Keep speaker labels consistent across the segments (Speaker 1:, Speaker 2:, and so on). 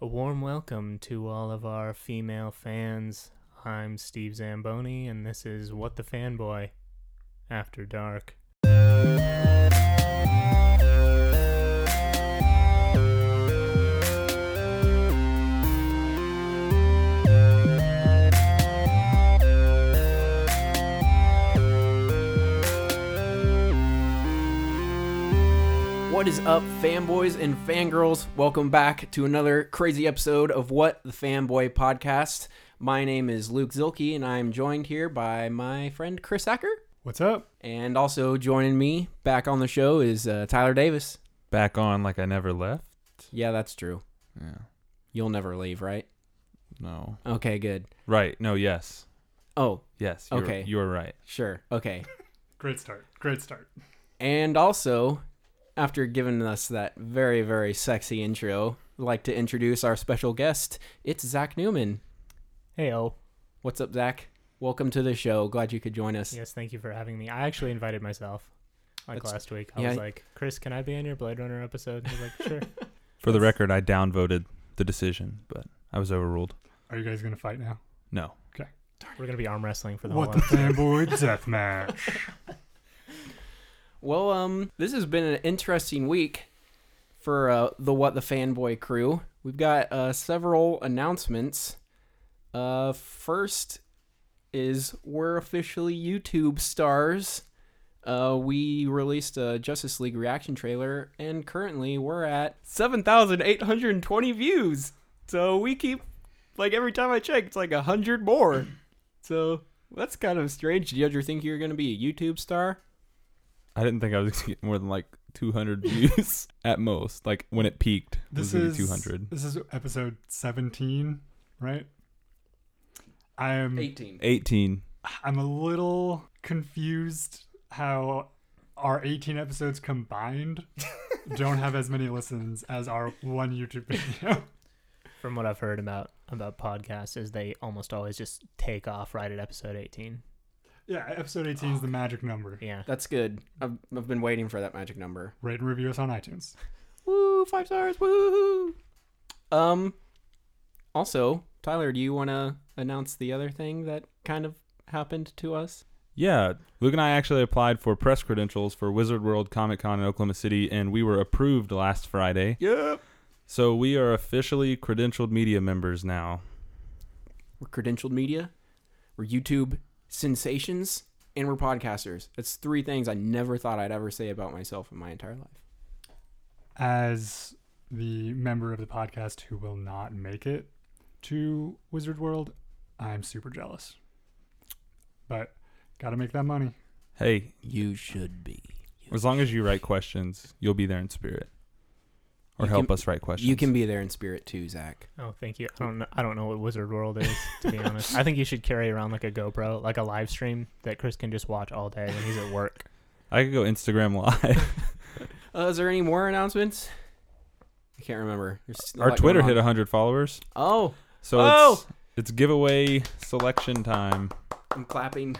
Speaker 1: A warm welcome to all of our female fans. I'm Steve Zamboni, and this is What the Fanboy After Dark.
Speaker 2: What is up, fanboys and fangirls? Welcome back to another crazy episode of What the Fanboy Podcast. My name is Luke Zilke, and I'm joined here by my friend Chris Acker.
Speaker 1: What's up?
Speaker 2: And also joining me back on the show is uh, Tyler Davis.
Speaker 3: back on like I never left?
Speaker 2: Yeah, that's true.
Speaker 3: Yeah.
Speaker 2: You'll never leave, right?
Speaker 3: No.
Speaker 2: Okay, good.
Speaker 3: Right. No, yes.
Speaker 2: Oh,
Speaker 3: Yes. You're,
Speaker 2: Okay.
Speaker 3: You're right.
Speaker 2: sure. Okay.
Speaker 1: Great start. Great start.
Speaker 2: And also, after giving us that very, very sexy intro, I'd like to introduce our special guest. It's Zach Newman.
Speaker 1: Hey, oh.
Speaker 2: What's up, Zach? Welcome to the show. Glad you could join us.
Speaker 1: Yes, thank you for having me. I actually invited myself like
Speaker 2: That's-
Speaker 1: last week. I
Speaker 2: yeah,
Speaker 1: was
Speaker 2: I-
Speaker 1: like, Chris, can I be on your Blade Runner episode? And he was like, sure.
Speaker 3: For the record, I downvoted the decision, but I was overruled.
Speaker 4: Are you guys gonna fight now?
Speaker 3: No.
Speaker 1: We're going to be arm wrestling for the
Speaker 4: What
Speaker 1: whole
Speaker 4: the
Speaker 1: episode.
Speaker 4: fanboy deathmatch?
Speaker 2: Well, um, this has been an interesting week for uh, the What the Fanboy crew. We've got uh, several announcements. Uh, first is we're officially YouTube stars. Uh, we released a Justice League reaction trailer, and currently we're at 7,820 views. So we keep, like, every time I check, it's like 100 more. So that's kind of strange. Did you ever think you were going to be a YouTube star?
Speaker 3: I didn't think I was gonna get more than like 200 views at most. Like when it peaked, it was
Speaker 4: This
Speaker 3: gonna
Speaker 4: is
Speaker 3: be 200.
Speaker 4: This is episode seventeen, right? I'm
Speaker 2: 18.
Speaker 3: 18.
Speaker 4: I'm a little confused how our eighteen episodes combined don't have as many listens as our one YouTube video.
Speaker 1: From what I've heard about, about podcasts is they almost always just take off right at episode 18.
Speaker 4: yeah, episode eighteen is the magic number.
Speaker 1: Yeah.
Speaker 2: That's good. I've, I've been waiting for that magic number.
Speaker 4: Rate and review us on iTunes.
Speaker 2: Woo, five stars. Woo. Um also, Tyler, do you want to announce the other thing that kind of happened to us?
Speaker 3: Yeah, Luke and I actually applied for press credentials for Wizard World Comic Con in Oklahoma City, and we were approved last Friday.
Speaker 2: Yep.
Speaker 3: So we are officially credentialed media members now.
Speaker 2: We're credentialed media, we're YouTube sensations, and we're podcasters. That's three things I never thought I'd ever say about myself in my entire life.
Speaker 4: as the member of the podcast who will not make it to Wizard World, I'm super jealous. But gotta make that money.
Speaker 3: Hey,
Speaker 2: You should be.
Speaker 3: As long as you write questions, you'll be there in spirit, or
Speaker 2: You
Speaker 3: help
Speaker 2: can-
Speaker 3: us write questions.
Speaker 2: You can be there in spirit too, Zach.
Speaker 1: Oh, thank you. I don't know. I don't know what Wizard World is, to be honest. I think you should carry around like a GoPro, like a live stream that Chris can just watch all day when he's at work.
Speaker 3: I could go Instagram live.
Speaker 2: Uh, is there any more announcements? I can't remember. There's a
Speaker 3: Our
Speaker 2: lot
Speaker 3: Twitter
Speaker 2: going
Speaker 3: hit
Speaker 2: on.
Speaker 3: hundred followers,
Speaker 2: Oh,
Speaker 3: so
Speaker 2: Oh!
Speaker 3: it's it's giveaway selection time.
Speaker 2: I'm clapping.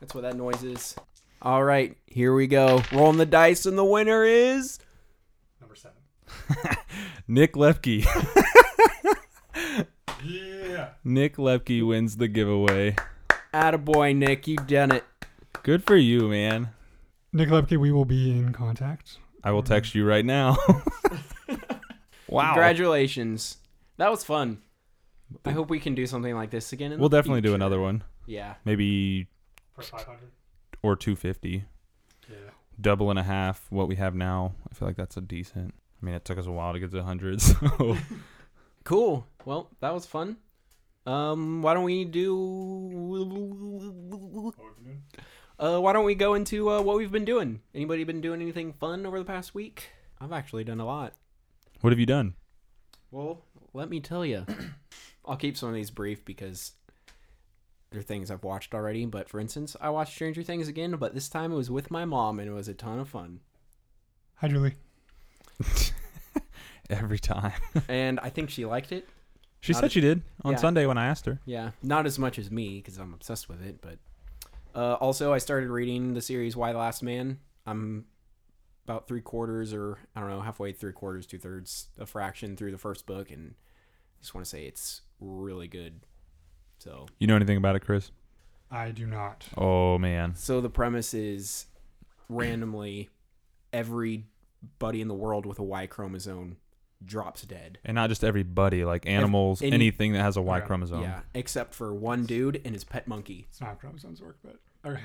Speaker 2: That's what that noise is. All right, here we go. Rolling the dice, and the winner is
Speaker 4: Number seven.
Speaker 3: Nick Lepke.
Speaker 4: Yeah.
Speaker 3: Nick Lepke wins the giveaway.
Speaker 2: Attaboy, Nick. You done it.
Speaker 3: Good for you, man.
Speaker 4: Nick Lepke, we will be in contact.
Speaker 3: I will text you right now. wow.
Speaker 2: Congratulations. That was fun. I hope we can do something like this again. In
Speaker 3: We'll
Speaker 2: the
Speaker 3: definitely do
Speaker 2: future.
Speaker 3: another one,
Speaker 2: Yeah.
Speaker 3: maybe
Speaker 4: For 500?
Speaker 3: or two fifty,
Speaker 4: Yeah.
Speaker 3: double and a half what we have now. I feel like that's a decent. I mean, it took us a while to get to hundred, so
Speaker 2: Cool. Well, that was fun. Um, why don't we do? Uh, why don't we go into uh, what we've been doing? Anybody been doing anything fun over the past week? I've actually done a lot.
Speaker 3: what have you done?
Speaker 2: Well, let me tell you. I'll keep some of these brief because they're things I've watched already. But for instance, I watched Stranger Things again, but this time it was with my mom and it was a ton of fun.
Speaker 4: Hi, Julie.
Speaker 3: Every time.
Speaker 2: and I think she liked it.
Speaker 3: She
Speaker 2: Not
Speaker 3: said
Speaker 2: a-
Speaker 3: she did on
Speaker 2: yeah.
Speaker 3: Sunday when I asked her.
Speaker 2: Yeah, not as much as me because I'm obsessed with it. But uh, also, I started reading the series Why the Last Man. I'm about three quarters, or I don't know, halfway, three quarters, two thirds, a fraction through the first book, and just want to say it's really good. So
Speaker 3: You know anything about it, Chris?
Speaker 4: I do not.
Speaker 3: Oh man.
Speaker 2: So the premise is randomly everybody in the world with a Y chromosome drops dead.
Speaker 3: And not just everybody, like animals,
Speaker 2: any-
Speaker 3: anything that has a Y
Speaker 4: Okay.
Speaker 3: chromosome.
Speaker 2: Yeah, except for one dude and his pet monkey.
Speaker 4: It's not how chromosomes work, but okay.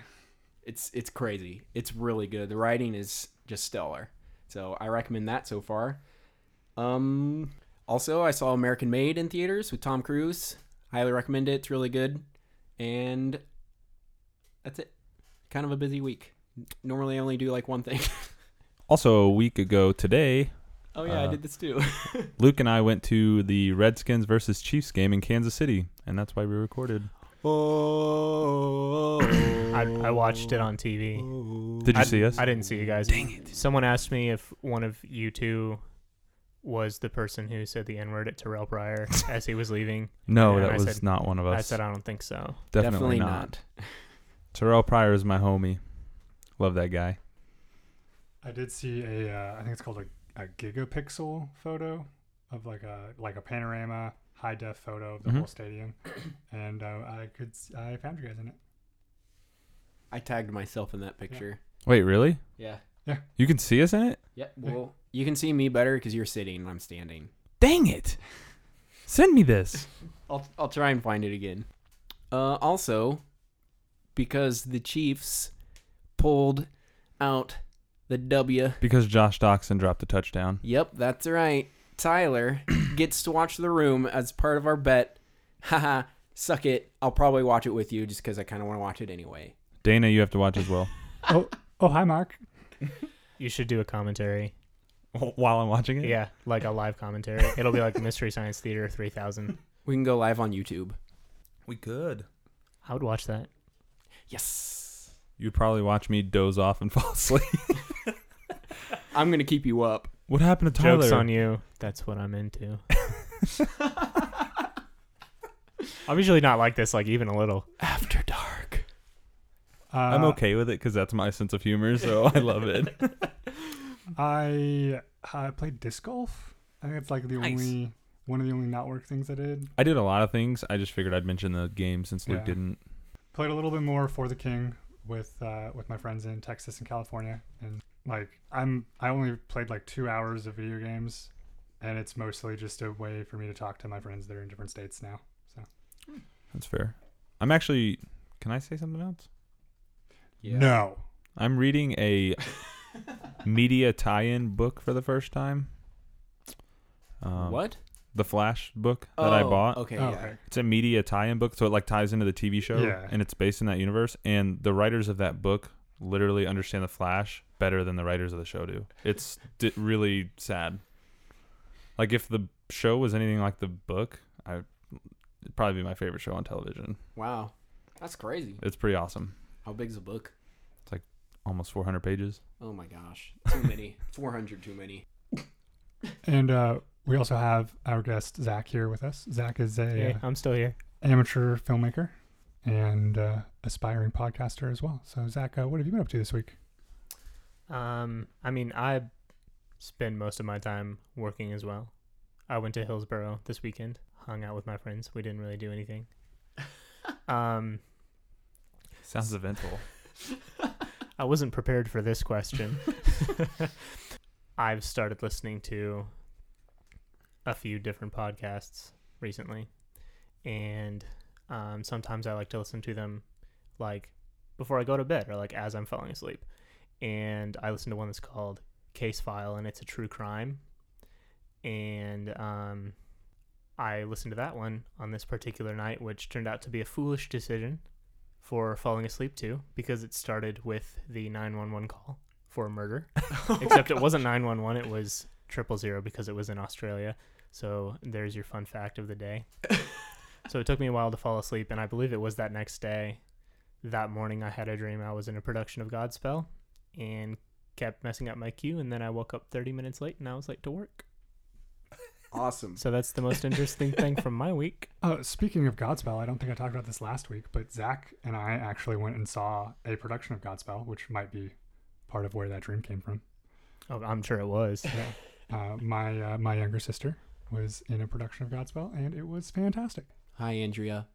Speaker 2: It's it's crazy. It's really good. The writing is just stellar. So I recommend that so far. Um also I saw American Made in theaters with Tom Cruise. Highly recommend it. It's really good. And that's it. Kind of a busy week. Normally I only do like one thing.
Speaker 3: Also, a week ago today,
Speaker 2: oh yeah, I
Speaker 3: Uh,
Speaker 2: did this too.
Speaker 3: Luke and I went to the Redskins versus Chiefs game in Kansas City, and that's why we recorded.
Speaker 2: Oh,
Speaker 1: I, I watched it on TV.
Speaker 3: Did you
Speaker 1: I-
Speaker 3: see us?
Speaker 1: I didn't see you guys. Dang it. Someone asked me if one of you two was the person who said the N word at Terrell Pryor as he was leaving.
Speaker 3: no,
Speaker 1: Yeah,
Speaker 3: that
Speaker 1: I
Speaker 3: was
Speaker 1: said-
Speaker 3: not one of us.
Speaker 1: I said, uh, I don't think so.
Speaker 3: definitely, not. Terrell Pryor is my homie. Love that guy.
Speaker 4: I did see a uh, I think it's called a, a gigapixel photo of like a like a panorama high def photo of the
Speaker 3: Mhm.
Speaker 4: whole stadium, and uh, I could s- I found you guys in it.
Speaker 2: I tagged myself in that picture.
Speaker 3: Wait, really?
Speaker 2: Yeah.
Speaker 3: You can see us in it?
Speaker 2: Yeah. Well, you can see me better because you're sitting and I'm standing.
Speaker 3: Dang it! Send me this.
Speaker 2: I'll I'll try and find it again. Uh, also, because the Chiefs pulled out the W.
Speaker 3: Because Josh Doxson dropped a touchdown.
Speaker 2: Yep, that's right. Tyler gets to watch The Room as part of our bet. Haha, suck it. I'll probably watch it with you just because I kind of want to watch it anyway.
Speaker 3: Dana, you have to watch as well.
Speaker 4: oh oh hi Mark.
Speaker 1: You should do a commentary.
Speaker 3: While I'm watching it?
Speaker 1: Yeah, like a live commentary. It'll be like Mystery Science Theater 3000.
Speaker 2: We can go live on YouTube.
Speaker 3: We could.
Speaker 1: I would watch that.
Speaker 2: Yes.
Speaker 3: You'd probably watch me doze off and fall asleep.
Speaker 2: I'm gonna keep you up.
Speaker 3: what happened to Tyler?
Speaker 1: Jokes on you. That's what I'm into. I'm usually not like this, like even a little.
Speaker 2: After dark.
Speaker 4: Uh,
Speaker 3: I'm okay with it because that's my sense of humor, so I love it.
Speaker 4: I I played disc golf. I think it's like the
Speaker 2: Nice.
Speaker 4: only one of the only not work things I did.
Speaker 3: I did a lot of things. I just figured I'd mention the game since Luke
Speaker 4: Yeah.
Speaker 3: didn't.
Speaker 4: played a little bit more for the king with uh, with my friends in Texas and California, and like I'm I only played like two hours of video games, and it's mostly just a way for me to talk to my friends that are in different states now.
Speaker 3: That's fair. I'm actually. Can I say something else?
Speaker 4: No,
Speaker 3: I'm reading a media tie-in book for the first time. Um,
Speaker 2: what?
Speaker 3: The Flash book that I
Speaker 2: Oh,
Speaker 3: bought.
Speaker 2: Okay.
Speaker 4: Oh,
Speaker 2: yeah.
Speaker 4: okay,
Speaker 3: It's a media tie-in book, so it like ties into the TV show,
Speaker 4: Yeah.
Speaker 3: and it's based in that universe. And the writers of that book literally understand the Flash better than the writers of the show do. It's d- really sad. Like if the show was anything like the book, I it'd probably be my favorite show on television.
Speaker 2: Wow. That's crazy.
Speaker 3: It's pretty awesome.
Speaker 2: How big's the book?
Speaker 3: Almost 400 pages.
Speaker 2: Oh my gosh. Too many. 400 too many.
Speaker 4: and uh, we also have our guest Zach here with us. Zach is a
Speaker 1: Hey,
Speaker 4: uh,
Speaker 1: I'm still here.
Speaker 4: amateur filmmaker and uh, aspiring podcaster as well. So Zach, uh, what have you been up to this week?
Speaker 1: Um, I mean, I spend most of my time working as well. I went to Hillsboro this weekend, hung out with my friends. We didn't really do anything. Um,
Speaker 3: Sounds eventful.
Speaker 1: I wasn't prepared for this question. I've started listening to a few different podcasts recently, and um, sometimes I like to listen to them like before I go to bed or like as I'm falling asleep. And I listen to one that's called Case File, and it's a true crime. And um, I listened to that one on this particular night, which turned out to be a foolish decision for falling asleep to because it started with the 911 call for a murder. Except it wasn't 911, it was triple zero because it was in Australia. So there's your fun fact of the day. so it took me a while to fall asleep, and I believe it was that next day. That morning, I had a dream I was in a production of Godspell and kept messing up my cue, and then I woke up 30 minutes late and I was late to work.
Speaker 2: Awesome.
Speaker 1: So that's the most interesting thing from my week.
Speaker 4: Uh, speaking of Godspell, I don't think I talked about this last week, but Zach and I actually went and saw a production of Godspell, which might be part of where that dream came from.
Speaker 1: Oh, I'm sure it was.
Speaker 4: Uh, my uh, my younger sister was in a production of Godspell, and it was fantastic.
Speaker 2: Hi, Andrea.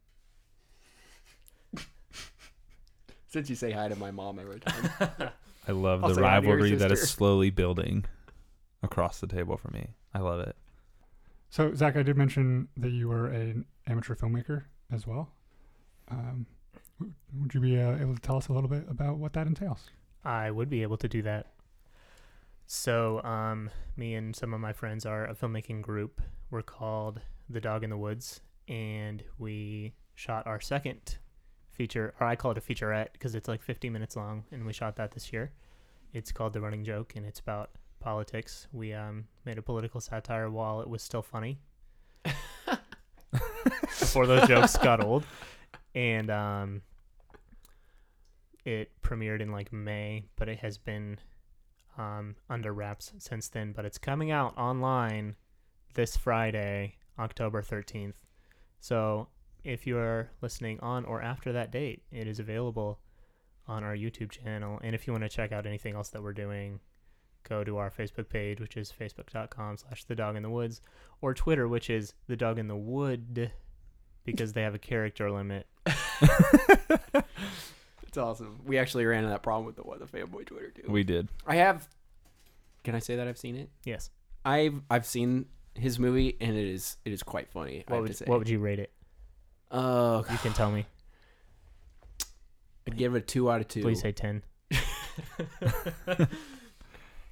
Speaker 2: Since you say hi to my mom every time.
Speaker 3: I love
Speaker 2: I'll
Speaker 3: the
Speaker 2: say hi to your
Speaker 3: rivalry that is
Speaker 2: sister.
Speaker 3: slowly building across the table for me. I love it.
Speaker 4: So, Zach, I did mention that you were an amateur filmmaker as well. Um, w- would you be uh, able to tell us a little bit about what that entails?
Speaker 1: I would be able to do that. So, um, me and some of my friends are a filmmaking group. We're called The Dog in the Woods, and we shot our second feature, or I call it a featurette because it's like 50 minutes long, and we shot that this year. It's called The Running Joke, and it's about politics. We um, made a political satire while it was still funny. Before those jokes got old. And um, it premiered in like May, but it has been um, under wraps since then. But it's coming out online this Friday, October 13th. So if you're listening on or after that date, it is available on our YouTube channel. And if you want to check out anything else that we're doing, go to our Facebook page, which is facebook.com slash the dog in the woods, or Twitter, which is the dog in the wood, because they have a character limit.
Speaker 2: it's awesome. We actually ran into that problem with the what the fanboy Twitter too.
Speaker 3: We did.
Speaker 2: I have. Can I say that I've seen it?
Speaker 1: Yes.
Speaker 2: I've I've seen his movie and it is it is quite funny. I
Speaker 1: What
Speaker 2: have
Speaker 1: would,
Speaker 2: to say.
Speaker 1: what would you rate it?
Speaker 2: Oh,
Speaker 1: You can tell me.
Speaker 2: I'd give it a two out of two.
Speaker 1: Please say 10.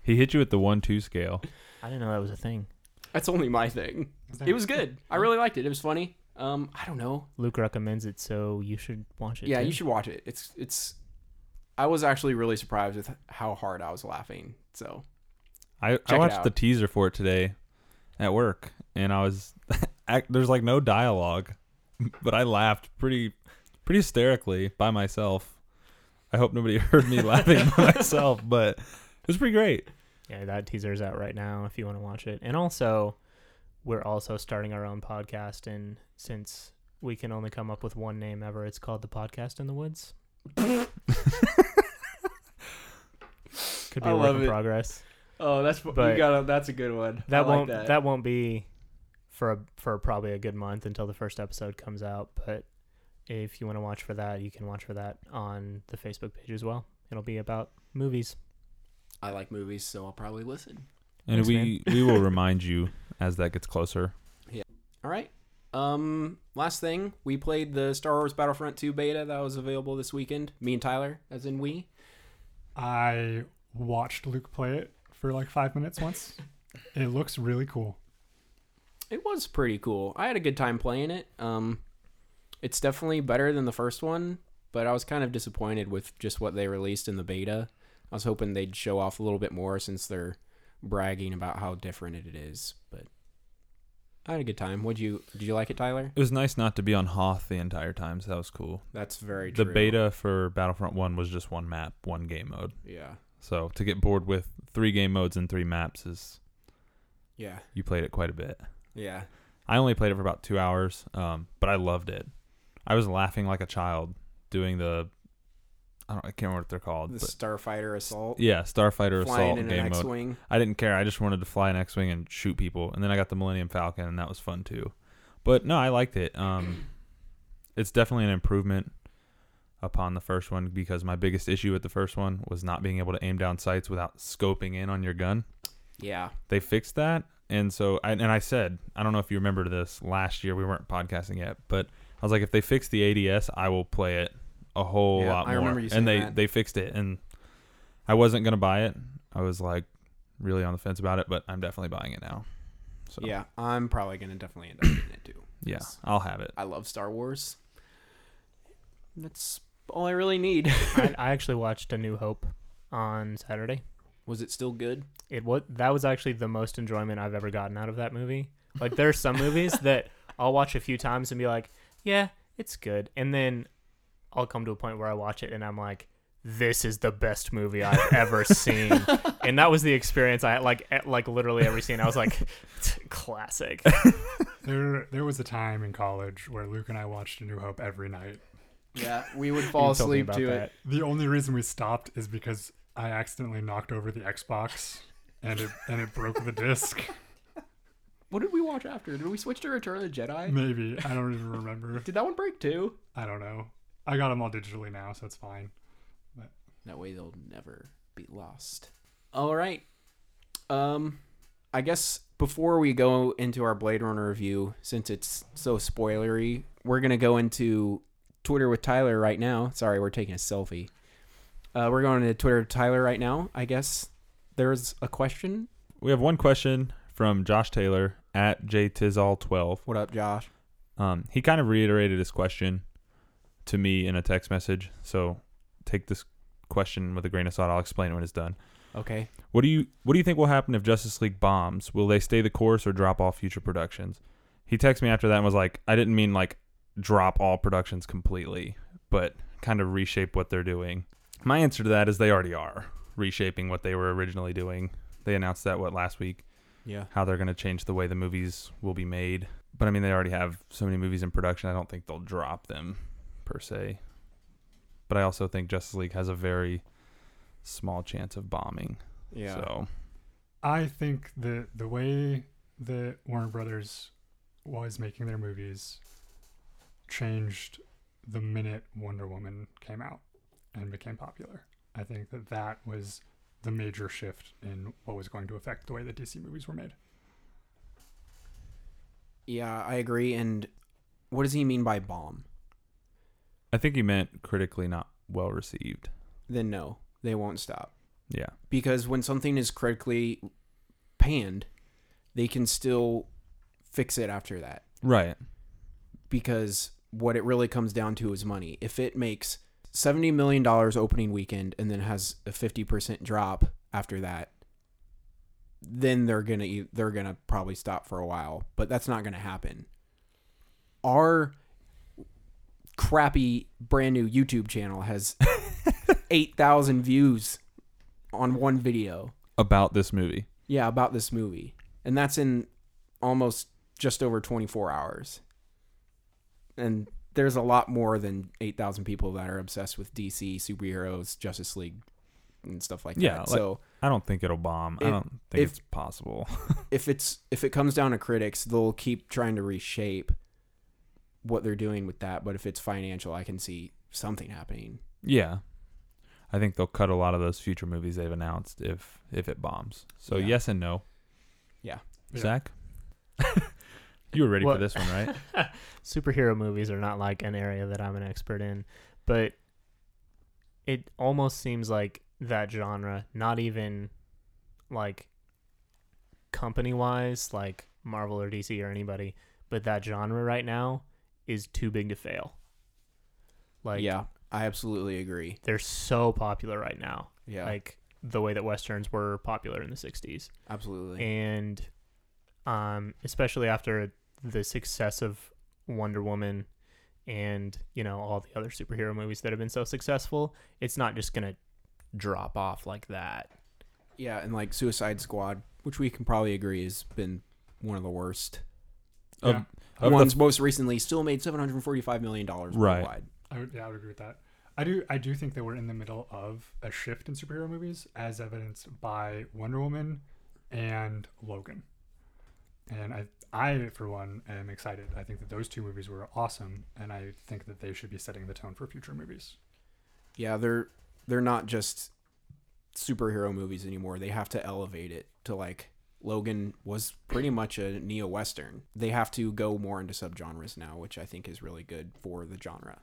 Speaker 3: He hit you with the one two scale.
Speaker 1: I didn't know that was a thing.
Speaker 2: That's only my thing. It was good. I really liked it. It was funny. Um, I don't know.
Speaker 1: Luke recommends it, so you should watch it.
Speaker 2: yeah,
Speaker 1: too.
Speaker 2: you should watch it. It's it's. I was actually really surprised with how hard I was laughing. So
Speaker 3: I,
Speaker 2: it
Speaker 3: I watched
Speaker 2: out.
Speaker 3: the teaser for it today at work, and I was ac- there's like no dialogue, but I laughed pretty pretty hysterically by myself. I hope nobody heard me laughing by myself, but it was pretty great.
Speaker 1: Yeah, that teaser is out right now if you want to watch it. And also, we're also starting our own podcast. And since we can only come up with one name ever, it's called The Podcast in the Woods. Could be
Speaker 2: I
Speaker 1: a work
Speaker 2: love
Speaker 1: in
Speaker 2: it.
Speaker 1: progress.
Speaker 2: Oh, that's you
Speaker 1: But-
Speaker 2: got that's a good one.
Speaker 1: That won't that. won't be for a, for probably a good month until the first episode comes out. But if you want to watch for that, you can watch for that on the Facebook page as well. It'll be about movies.
Speaker 2: I like movies, so I'll probably listen.
Speaker 3: And
Speaker 1: Thanks,
Speaker 3: we we will remind you as that gets closer.
Speaker 2: All right. Um, last thing, we played the Star Wars Battlefront 2 beta that was available this weekend. Me and Tyler, as in we.
Speaker 4: I watched Luke play it for like five minutes once. it looks really cool.
Speaker 2: It was pretty cool. I had a good time playing it. Um, it's definitely better than the first one, but I was kind of disappointed with just what they released in the beta. I was hoping they'd show off a little bit more since they're bragging about how different it is. But I had a good time. Would you? Did you like it, Tyler?
Speaker 3: It was nice not to be on Hoth the entire time, so that was cool.
Speaker 2: That's very
Speaker 3: The
Speaker 2: true.
Speaker 3: beta for Battlefront One was just one map, one game mode.
Speaker 2: Yeah.
Speaker 3: So to get bored with three game modes and three maps is
Speaker 2: Yeah.
Speaker 3: you played it quite a bit.
Speaker 2: Yeah.
Speaker 3: I only played it for about two hours, um, but I loved it. I was laughing like a child doing the, I don't, I can't remember what they're called,
Speaker 2: The
Speaker 3: but
Speaker 2: Starfighter Assault.
Speaker 3: yeah, Starfighter
Speaker 2: Flying in
Speaker 3: Assault
Speaker 2: an
Speaker 3: game mode.
Speaker 2: X-wing.
Speaker 3: I didn't care. I just wanted to fly an X-wing and shoot people, and then I got the Millennium Falcon, and that was fun too. But no, I liked it. Um, it's definitely an improvement upon the first one because my biggest issue with the first one was not being able to aim down sights without scoping in on your gun
Speaker 2: Yeah.
Speaker 3: they fixed that and so I, and i said i don't know if you remember this last year we weren't podcasting yet but i was like if they fix the ads i will play it a whole
Speaker 2: Yeah,
Speaker 3: lot
Speaker 2: I
Speaker 3: more
Speaker 2: remember you saying
Speaker 3: and they
Speaker 2: that.
Speaker 3: they fixed it and i wasn't going to buy it i was like really on the fence about it but i'm definitely buying it now so
Speaker 2: Yeah. I'm probably gonna definitely end up getting it too.
Speaker 3: yeah i'll have it
Speaker 2: I love Star Wars. That's all I really need.
Speaker 1: I, I actually watched A New Hope on Saturday.
Speaker 2: Was it still good?
Speaker 1: it was that was actually the most enjoyment I've ever gotten out of that movie. Like there are some movies that I'll watch a few times and be like, yeah, it's good, and then I'll come to a point where I watch it and I'm like, this is the best movie I've ever seen, and that was the experience. I like at, like literally every scene. I was like, classic.
Speaker 4: There, there was a time in college where Luke and I watched A New Hope every night.
Speaker 2: Yeah, we would fall
Speaker 1: You told me
Speaker 2: asleep
Speaker 1: about
Speaker 2: to
Speaker 1: that.
Speaker 2: it.
Speaker 4: The only reason we stopped is because I accidentally knocked over the Xbox, and it and it broke the disc.
Speaker 2: What did we watch after? Did we switch to Return of the Jedi?
Speaker 4: Maybe I don't even remember.
Speaker 2: Did that one break too?
Speaker 4: I don't know. I got them all digitally now, so it's fine.
Speaker 2: That way they'll never be lost. All right. Um, I guess before we go into our Blade Runner review, since it's so spoilery, we're gonna go into Twitter with Tyler right now. Sorry, we're taking a selfie. Uh, we're going to Twitter with Tyler right now. I guess there's a question.
Speaker 3: We have one question from Josh Taylor at jtizal12.
Speaker 2: What up, Josh?
Speaker 3: Um, he kind of reiterated his question to me in a text message. So take this question with a grain of salt. I'll explain it when it's done.
Speaker 2: Okay.
Speaker 3: What do you What do you think will happen if Justice League bombs? Will they stay the course or drop all future productions? He texted me after that and was like, "I didn't mean like drop all productions completely, but kind of reshape what they're doing." My answer to that is they already are reshaping what they were originally doing. They announced that what last week
Speaker 2: Yeah.
Speaker 3: how they're going to change the way the movies will be made. But I mean, they already have so many movies in production. I don't think they'll drop them per se. But I also think Justice League has a very small chance of bombing.
Speaker 2: Yeah.
Speaker 3: So
Speaker 4: I think that the way that Warner Brothers was making their movies changed the minute Wonder Woman came out and became popular. I think that that was the major shift in what was going to affect the way that DC movies were made.
Speaker 2: Yeah, I agree. And what does he mean by bomb?
Speaker 3: I think he meant critically not well received.
Speaker 2: Then no, they won't stop.
Speaker 3: Yeah.
Speaker 2: because when something is critically panned, they can still fix it after that
Speaker 3: Right.
Speaker 2: because what it really comes down to is money. If it makes $70 million opening weekend and then has a 50% drop after that, then they're going to they're going to probably stop for a while, but that's not going to happen. Our crappy brand new YouTube channel has 8,000 views on one video.
Speaker 3: About this movie.
Speaker 2: Yeah, about this movie. And that's in almost just over 24 hours. And there's a lot more than 8,000 people that are obsessed with DC, superheroes, Justice League, and stuff like
Speaker 3: Yeah,
Speaker 2: that.
Speaker 3: like-
Speaker 2: so
Speaker 3: I don't think it'll bomb. I
Speaker 2: If-
Speaker 3: don't think
Speaker 2: if-
Speaker 3: it's possible.
Speaker 2: if it's if it comes down to critics, they'll keep trying to reshape what they're doing with that. But if it's financial, I can see something happening.
Speaker 3: yeah. I think they'll cut a lot of those future movies they've announced if if it bombs. So
Speaker 2: Yeah.
Speaker 3: yes and no.
Speaker 2: Yeah.
Speaker 4: Yeah.
Speaker 3: Zach, you were ready
Speaker 1: Well-
Speaker 3: for this one, right?
Speaker 1: superhero movies are not like an area that I'm an expert in, but it almost seems like that genre, not even like company wise, like Marvel or DC or anybody, but that genre right now is too big to fail. Like,
Speaker 2: yeah, I absolutely agree.
Speaker 1: they're so popular right now,
Speaker 2: Yeah,
Speaker 1: like the way that Westerns were popular in the 60s
Speaker 2: absolutely.
Speaker 1: and um, especially after the success of Wonder Woman and you know all the other superhero movies that have been so successful, it's not just gonna drop off like that.
Speaker 2: Yeah, and like Suicide Squad, which we can probably agree has been one of the worst. Um,
Speaker 3: Of-
Speaker 4: Yeah.
Speaker 3: of the
Speaker 2: One's most recently still made seven hundred forty-five million dollars
Speaker 3: Right.
Speaker 2: worldwide.
Speaker 4: I would, yeah, I would agree with that. I do, I do think that we're in the middle of a shift in superhero movies, as evidenced by Wonder Woman and Logan. And I, I for one, am excited. I think that those two movies were awesome, and I think that they should be setting the tone for future movies.
Speaker 2: Yeah, they're they're not just superhero movies anymore. They have to elevate it to like Logan was pretty much a neo western. They have to go more into subgenres now, which I think is really good for the genre.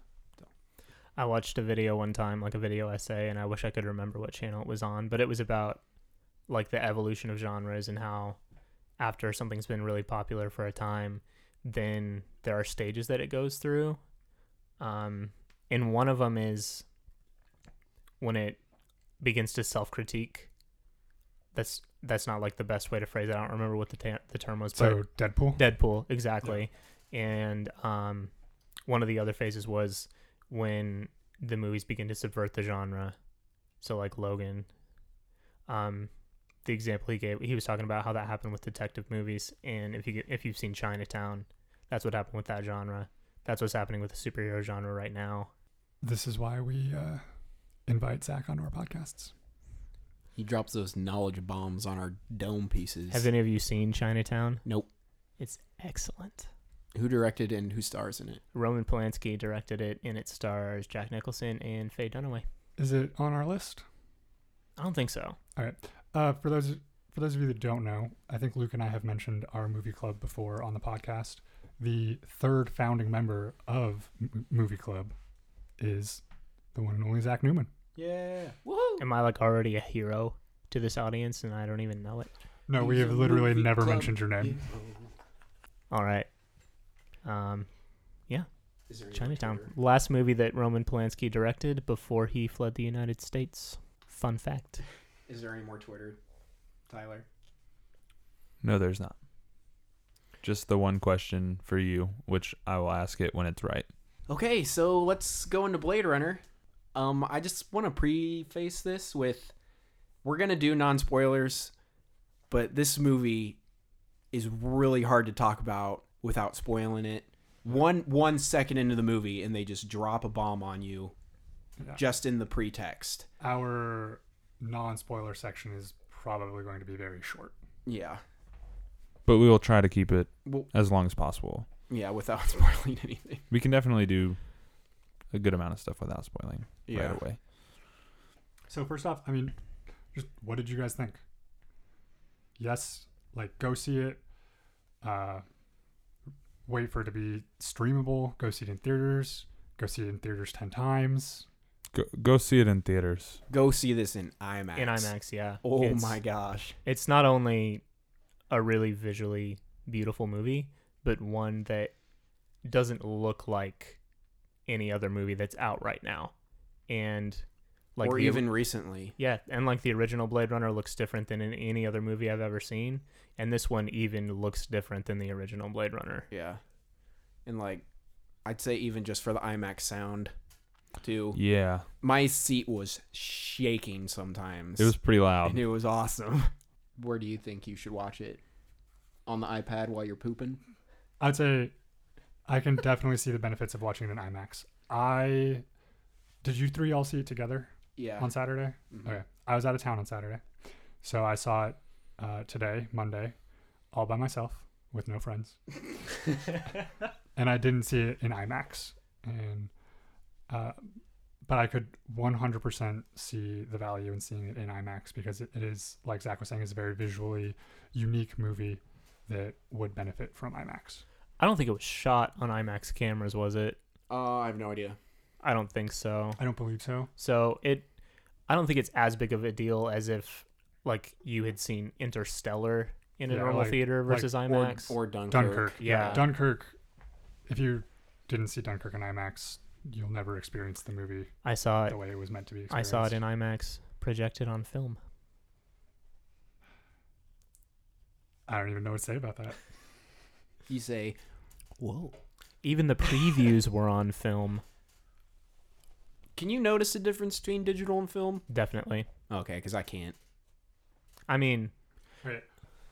Speaker 1: I watched a video one time, like a video essay, and I wish I could remember what channel it was on, but it was about like the evolution of genres and how after something's been really popular for a time, then there are stages that it goes through. Um, and one of them is when it begins to self critique. That's that's not like the best way to phrase it. I don't remember what the ta- the term was, but
Speaker 4: So Deadpool.
Speaker 1: Deadpool, exactly. And um, one of the other phases was when the movies begin to subvert the genre. So like Logan, um, the example he gave, he was talking about how that happened with detective movies, and if you get- if you've seen Chinatown, that's what happened with that genre. That's what's happening with the superhero genre right now.
Speaker 4: This is why we uh, invite Zach onto our podcasts.
Speaker 2: He drops those knowledge bombs on our dome pieces.
Speaker 1: Have any of you seen Chinatown?
Speaker 2: Nope.
Speaker 1: It's excellent.
Speaker 2: Who directed and who stars in it?
Speaker 1: Roman Polanski directed it, and it stars Jack Nicholson and Faye Dunaway.
Speaker 4: Is it on our list?
Speaker 1: I don't think so.
Speaker 4: Uh, for those for those of you that don't know, I think Luke and I have mentioned our movie club before on the podcast. The third founding member of M- Movie Club is the one and only Zach Newman.
Speaker 2: Yeah. Woohoo.
Speaker 1: Am I like already a hero to this audience, and I don't even know it?
Speaker 4: No, we
Speaker 2: He's
Speaker 4: have
Speaker 2: a
Speaker 4: literally
Speaker 2: movie
Speaker 4: never
Speaker 2: club
Speaker 4: mentioned your name.
Speaker 1: All right. Um,
Speaker 2: Is there any
Speaker 1: Chinatown.
Speaker 2: Twitter?
Speaker 1: Last movie that Roman Polanski directed before he fled the United States. Fun fact.
Speaker 2: Is there any more Twitter, Tyler?
Speaker 3: No, there's not. Just the one question for you, which I will ask it when it's right.
Speaker 2: Okay, so let's go into Blade Runner. Um, I just want to preface this with we're gonna do non spoilers, but this movie is really hard to talk about without spoiling it. One one second into the movie, and they just drop a bomb on you,
Speaker 4: Yeah.
Speaker 2: just in the pretext.
Speaker 4: Our non spoiler section is probably going to be very short.
Speaker 2: Yeah,
Speaker 3: But we will try to keep it
Speaker 2: well,
Speaker 3: as long as possible.
Speaker 2: yeah, without spoiling anything.
Speaker 3: We can definitely do a good amount of stuff without spoiling
Speaker 2: Yeah.
Speaker 3: right away.
Speaker 4: So first off, I mean, just what did you guys think? Yes, like go see it. Uh, wait for it to be streamable. Go see it in theaters. Go see it in theaters ten times.
Speaker 3: Go, go see it in theaters.
Speaker 2: Go see this in IMAX.
Speaker 1: In IMAX, yeah.
Speaker 2: Oh
Speaker 1: It's-
Speaker 2: my gosh.
Speaker 1: It's not only a really visually beautiful movie, but one that doesn't look like any other movie that's out right now. And like
Speaker 2: or
Speaker 1: the-
Speaker 2: even recently.
Speaker 1: Yeah, and like the original Blade Runner looks different than in any other movie I've ever seen, and this one even looks different than the original Blade Runner.
Speaker 2: Yeah. And like I'd say even just for the IMAX sound too.
Speaker 3: Yeah.
Speaker 2: My seat was shaking sometimes.
Speaker 3: It was pretty
Speaker 2: and
Speaker 3: loud.
Speaker 2: it was awesome. Where do you think you should watch it? On the iPad while you're pooping?
Speaker 4: I'd say I can definitely see the benefits of watching it in IMAX. I did you three all see it together
Speaker 2: Yeah.
Speaker 4: on Saturday?
Speaker 2: Mhm.
Speaker 4: Okay, I was out of town on Saturday, so I saw it uh, today, Monday, all by myself with no friends. and I didn't see it in IMAX. And uh, but I could 100% see the value in seeing it in IMAX because it, it is, like Zach was saying, is a very visually unique movie that would benefit from IMAX.
Speaker 1: I don't think it was shot on IMAX cameras, was it?
Speaker 2: Oh, I have no idea.
Speaker 1: I don't think so.
Speaker 4: I don't believe so.
Speaker 1: So it, I don't think it's as big of a deal as if like you had seen Interstellar in a
Speaker 4: Yeah,
Speaker 1: normal
Speaker 4: like-
Speaker 1: theater
Speaker 4: like-
Speaker 1: versus
Speaker 2: Or,
Speaker 1: IMAX.
Speaker 2: or Dunkirk.
Speaker 4: Dunkirk.
Speaker 1: yeah.
Speaker 4: Dunkirk. If you didn't see Dunkirk in IMAX, you'll never experience the movie
Speaker 1: I saw it.
Speaker 4: the way it was meant to be.
Speaker 1: I saw it in
Speaker 4: experienced.
Speaker 1: IMAX, projected on film.
Speaker 4: I don't even know what to say about that.
Speaker 2: You say, Whoa.
Speaker 1: Even the previews were on film.
Speaker 2: Can you notice the difference between digital and film?
Speaker 1: Definitely.
Speaker 2: Okay, because I can't.
Speaker 1: I mean,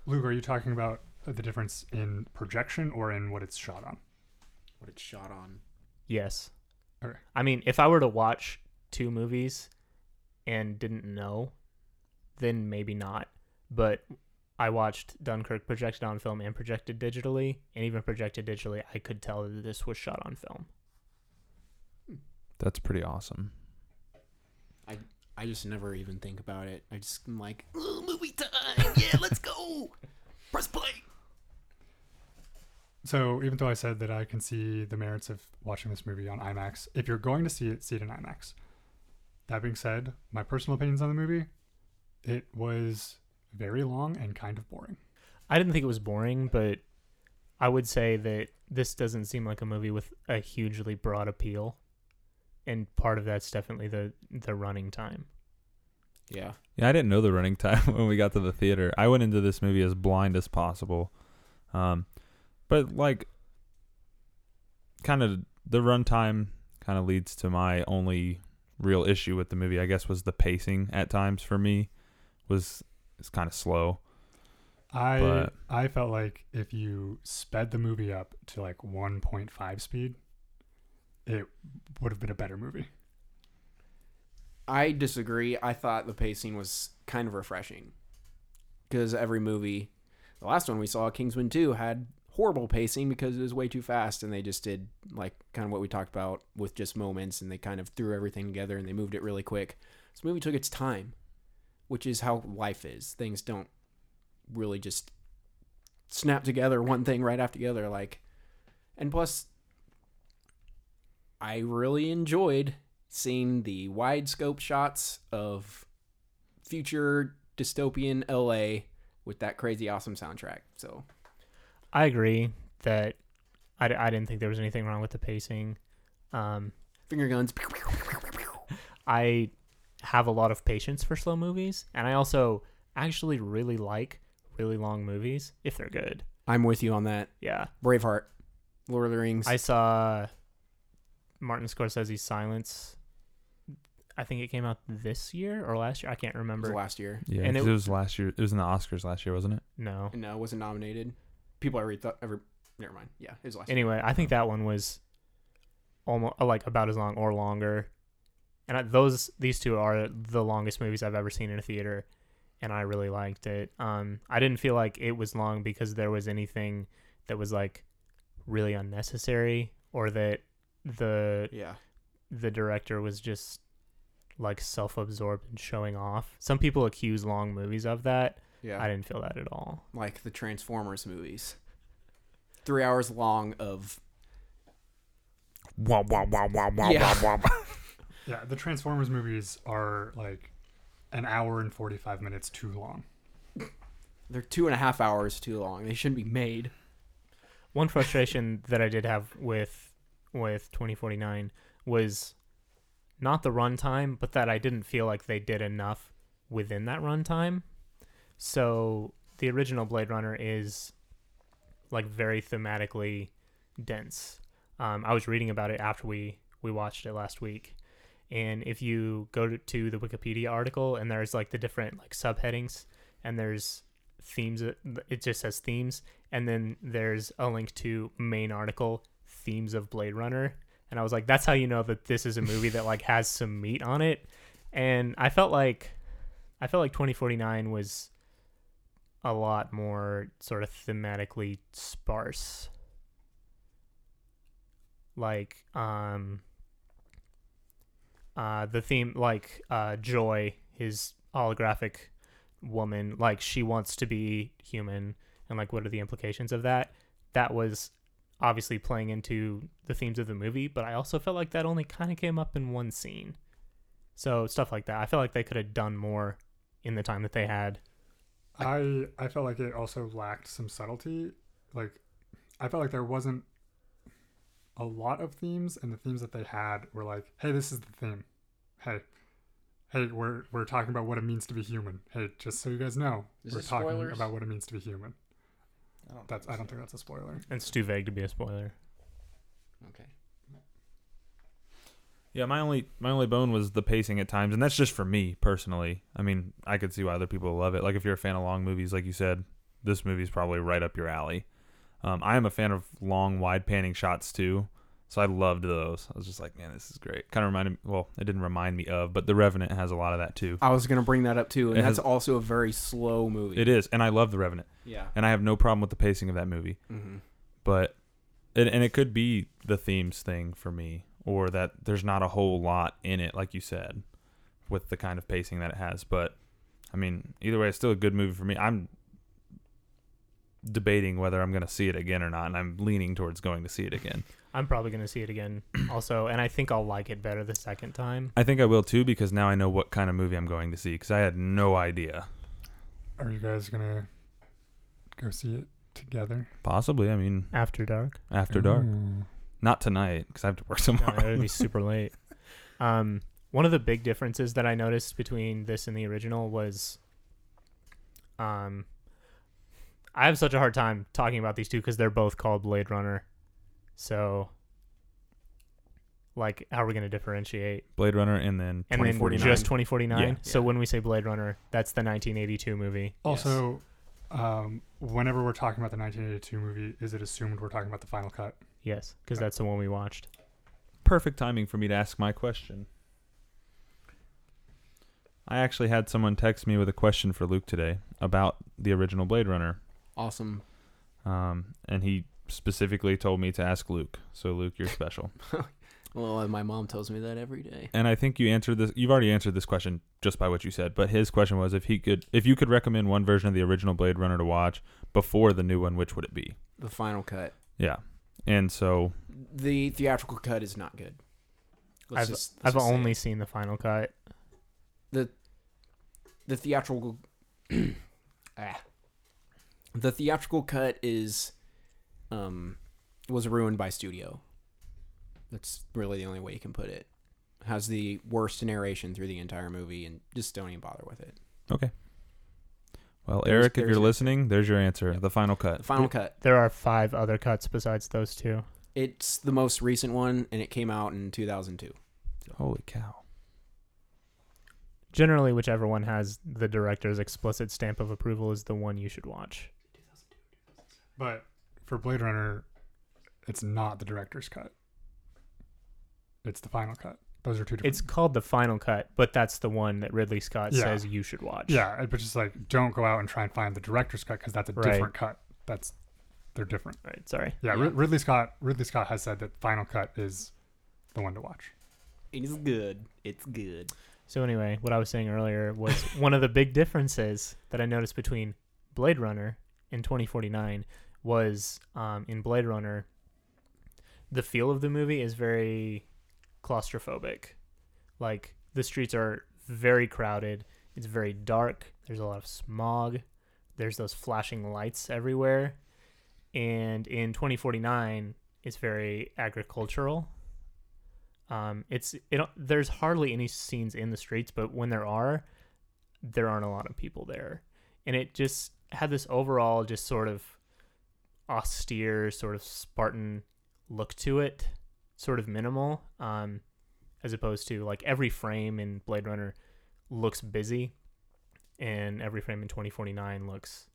Speaker 4: Luke, are you talking about the difference in projection or in what it's shot on?
Speaker 2: What it's shot on.
Speaker 1: Yes.
Speaker 4: Okay.
Speaker 1: I mean, if I were to watch two movies and didn't know, then maybe not. But I watched Dunkirk projected on film and projected digitally, and even projected digitally, I could tell that this was shot on film.
Speaker 3: That's pretty awesome.
Speaker 2: I just never even think about it. I just am like, "Ooh, movie time. Yeah, let's go. Press play.
Speaker 4: So even though I said that I can see the merits of watching this movie on IMAX, if you're going to see it, see it in IMAX. That being said, my personal opinions on the movie, it was very long and kind of boring.
Speaker 1: I didn't think it was boring, but I would say that this doesn't seem like a movie with a hugely broad appeal. And part of that's definitely the the running time.
Speaker 2: Yeah.
Speaker 3: Yeah, I didn't know the running time when we got to the theater. I went into this movie as blind as possible. Um, but like, kind of the runtime kind of leads to my only real issue with the movie. I guess was the pacing at times for me was it's kind of slow.
Speaker 4: I
Speaker 3: But-
Speaker 4: I felt like if you sped the movie up to like 1.5 speed, it would have been a better movie.
Speaker 2: I disagree. I thought the pacing was kind of refreshing because every movie, the last one we saw, Kingsman 2, had horrible pacing because it was way too fast and they just did like kind of what we talked about with just moments and they kind of threw everything together and they moved it really quick. This movie took its time, which is how life is. Things don't really just snap together one thing right after the other like and plus I really enjoyed seeing the wide scope shots of future dystopian LA with that crazy awesome soundtrack. So
Speaker 1: I agree that I, d- I didn't think there was anything wrong with the pacing. Um,
Speaker 2: finger guns.
Speaker 1: I have a lot of patience for slow movies, and I also actually really like really long movies if they're good.
Speaker 2: I'm with you on that.
Speaker 1: Yeah,
Speaker 2: Braveheart, Lord of the Rings.
Speaker 1: I saw Martin Scorsese's Silence. I think it came out this year or last year. I can't
Speaker 2: It was
Speaker 1: remember.
Speaker 2: last year.
Speaker 3: Yeah,
Speaker 1: And
Speaker 3: 'cause
Speaker 1: it-
Speaker 3: it, was last year. It was in the Oscars last year, wasn't it?
Speaker 1: No.
Speaker 2: No, it wasn't nominated. People I read thought ever. Never mind. Yeah, it was last year.
Speaker 1: Anyway, I think that one was almost like about as long or longer. And I, those these two are the longest movies I've ever seen in a theater, and I really liked it. Um, I didn't feel like it was long because there was anything that was like really unnecessary or that the
Speaker 2: Yeah.
Speaker 1: the director was just like self-absorbed and showing off. Some people accuse long movies of that.
Speaker 2: Yeah.
Speaker 1: I didn't feel that at all.
Speaker 2: like the Transformers movies. Three hours long of.
Speaker 3: Wah, wah, wah, wah, wah,
Speaker 2: Yeah.
Speaker 3: wah, wah.
Speaker 4: Yeah, the Transformers movies are like an hour and 45 minutes too long.
Speaker 2: They're two and a half hours too long. They shouldn't be made.
Speaker 1: one frustration that I did have with with 2049 was not the runtime, but that I didn't feel like they did enough within that runtime. So the original Blade Runner is like very thematically dense. Um, I was reading about it after we we watched it last week, and if you go to, to the Wikipedia article and there's like the different like subheadings and there's themes. It just says themes, and then there's a link to main article themes of Blade Runner, and I was like, that's how you know that this is a movie that like has some meat on it, and I felt like, I felt like 2049 was a lot more sort of thematically sparse. Like, um, uh, the theme, like, uh, Joy, his holographic woman, like, she wants to be human, and like, what are the implications of that? That was obviously playing into the themes of the movie, but I also felt like that only kind of came up in one scene. So, stuff like that. I feel like they could have done more in the time that they had.
Speaker 4: I I felt like it also lacked some subtlety. Like I felt like there wasn't a lot of themes and the themes that they had were like, hey, this is the theme. Hey. Hey, we're we're talking about what it means to be human. Hey, just so you guys know,
Speaker 2: This
Speaker 4: we're
Speaker 2: is
Speaker 4: talking
Speaker 2: spoilers?
Speaker 4: about what it means to be human.
Speaker 5: I don't
Speaker 4: That's I don't think that's a spoiler.
Speaker 1: And it's too vague to be a spoiler.
Speaker 2: Okay.
Speaker 3: Yeah, my only my only bone was the pacing at times, and that's just for me personally. I mean, I could see why other people love it. Like if you're a fan of long movies, like you said, this movie's probably right up your alley. Um, I am a fan of long, wide panning shots too, so I loved those. I was just like, man, this is great. Kind of reminded me. Well, it didn't remind me of, but The Revenant has a lot of that too.
Speaker 2: I was gonna bring that up too, and
Speaker 3: It
Speaker 2: that's
Speaker 3: has-
Speaker 2: also a very slow movie.
Speaker 3: It is, and I love The Revenant,
Speaker 2: Yeah.
Speaker 3: and I have no problem with the pacing of that movie.
Speaker 2: Mm-hmm.
Speaker 3: but and, and it could be the themes thing for me or that there's not a whole lot in it like you said with the kind of pacing that it has but i mean either way it's still a good movie for me i'm debating whether i'm going to see it again or not and i'm leaning towards going to see it again
Speaker 1: I'm probably going to see it again also, and I think I'll like it better the second time.
Speaker 3: i think i will too because now i know what kind of movie i'm going to see because i had no idea
Speaker 4: Are you guys gonna go see it together?
Speaker 3: possibly i mean
Speaker 1: After dark?
Speaker 3: after dark
Speaker 4: Ooh.
Speaker 3: not tonight because i have to work
Speaker 1: No, Mm. it
Speaker 3: tomorrow
Speaker 1: would be super late. Um, one of the big differences that I noticed between this and the original was um, I have such a hard time talking about these two because they're both called Blade Runner. So, like, how are we going to differentiate?
Speaker 3: blade runner and then
Speaker 1: And then
Speaker 3: 2049
Speaker 1: just 2049.
Speaker 3: Yeah.
Speaker 1: So,
Speaker 2: Yeah.
Speaker 1: when we say Blade Runner, that's the 1982 movie.
Speaker 4: Also, um, whenever we're talking about the 1982 movie, is it assumed we're talking about the final cut?
Speaker 1: Yes, because that's the one we watched.
Speaker 3: perfect timing for me to ask my question. I actually had someone text me with a question for Luke today about the original Blade Runner.
Speaker 2: Awesome.
Speaker 3: Um, and he specifically told me to ask Luke. So Luke, you're special.
Speaker 2: Well, my mom tells me that every day.
Speaker 3: and I think you answered this. You've already answered this question just by what you said. But his question was if he could, if you could recommend one version of the original Blade Runner to watch before the new one, which would it be?
Speaker 2: The final cut.
Speaker 3: Yeah. And so
Speaker 2: The theatrical cut is not good. Let's
Speaker 1: I've-
Speaker 2: just- let's
Speaker 1: I've
Speaker 2: just say
Speaker 1: only
Speaker 2: it.
Speaker 1: seen the final cut.
Speaker 2: the theatrical ah. the theatrical cut is um was ruined by studio. That's really the only way you can put it. Has the worst narration through the entire movie and just don't even bother with it.
Speaker 3: okay. Well,
Speaker 2: There's-
Speaker 3: Eric, if
Speaker 2: there's
Speaker 3: you're
Speaker 2: your-
Speaker 3: listening, there's your answer. The final
Speaker 2: The
Speaker 3: cut.
Speaker 2: final cut.
Speaker 1: There are five other cuts besides those two.
Speaker 2: It's the most recent one and it came out in 2002.
Speaker 3: Holy cow.
Speaker 1: Generally, whichever one has the director's explicit stamp of approval is the one you should watch.
Speaker 4: But for Blade Runner, it's not the director's cut. It's the final cut. Those are two different.
Speaker 1: It's called the final cut, but that's the one that Ridley Scott
Speaker 4: Yeah.
Speaker 1: says you should watch.
Speaker 4: yeah, it- but just like don't go out and try and find the director's cut because that's a
Speaker 1: Right.
Speaker 4: different cut. That's they're different.
Speaker 1: All right. Sorry.
Speaker 4: Yeah,
Speaker 2: Yeah.
Speaker 4: Rid- Ridley Scott. Ridley Scott has said that final cut is the one to watch.
Speaker 2: It is good. It's good.
Speaker 1: So anyway, what I was saying earlier was one of the big differences that I noticed between Blade Runner and 2049 was um, in Blade Runner, the feel of the movie is very claustrophobic. Like the streets are very crowded. It's very dark. There's a lot of smog. There's those flashing lights everywhere. And in 2049, it's very agricultural. Um, it's it. There's hardly any scenes in the streets, but when there are, there aren't a lot of people there, and it just had this overall just sort of austere, sort of Spartan look to it, sort of minimal, um, as opposed to like every frame in Blade Runner looks busy, and every frame in 2049 looks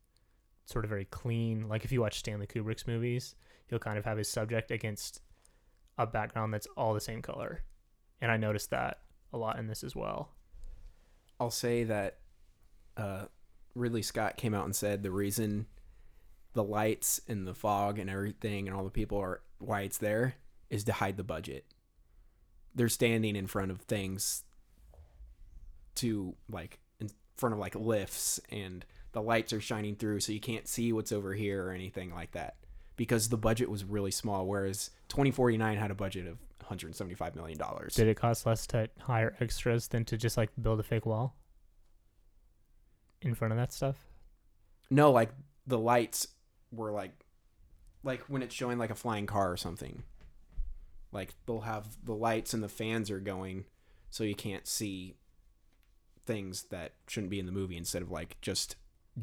Speaker 1: sort of very clean. Like if you watch Stanley Kubrick's movies, he'll kind of have his subject against a background that's all the same color. And I noticed that a lot in this as well.
Speaker 2: I'll say that uh, Ridley Scott came out and said the reason the lights and the fog and everything and all the people are why it's there is to hide the budget. They're standing in front of things to like in front of like lifts and the lights are shining through so you can't see what's over here or anything like that because the budget was really small whereas 2049 had a budget of 175 million dollars.
Speaker 1: Did it cost less to hire extras than to just like build a fake wall in front of that stuff?
Speaker 2: No, like the lights were like like when it's showing like a flying car or something. Like they'll have the lights and the fans are going so you can't see things that shouldn't be in the movie instead of like just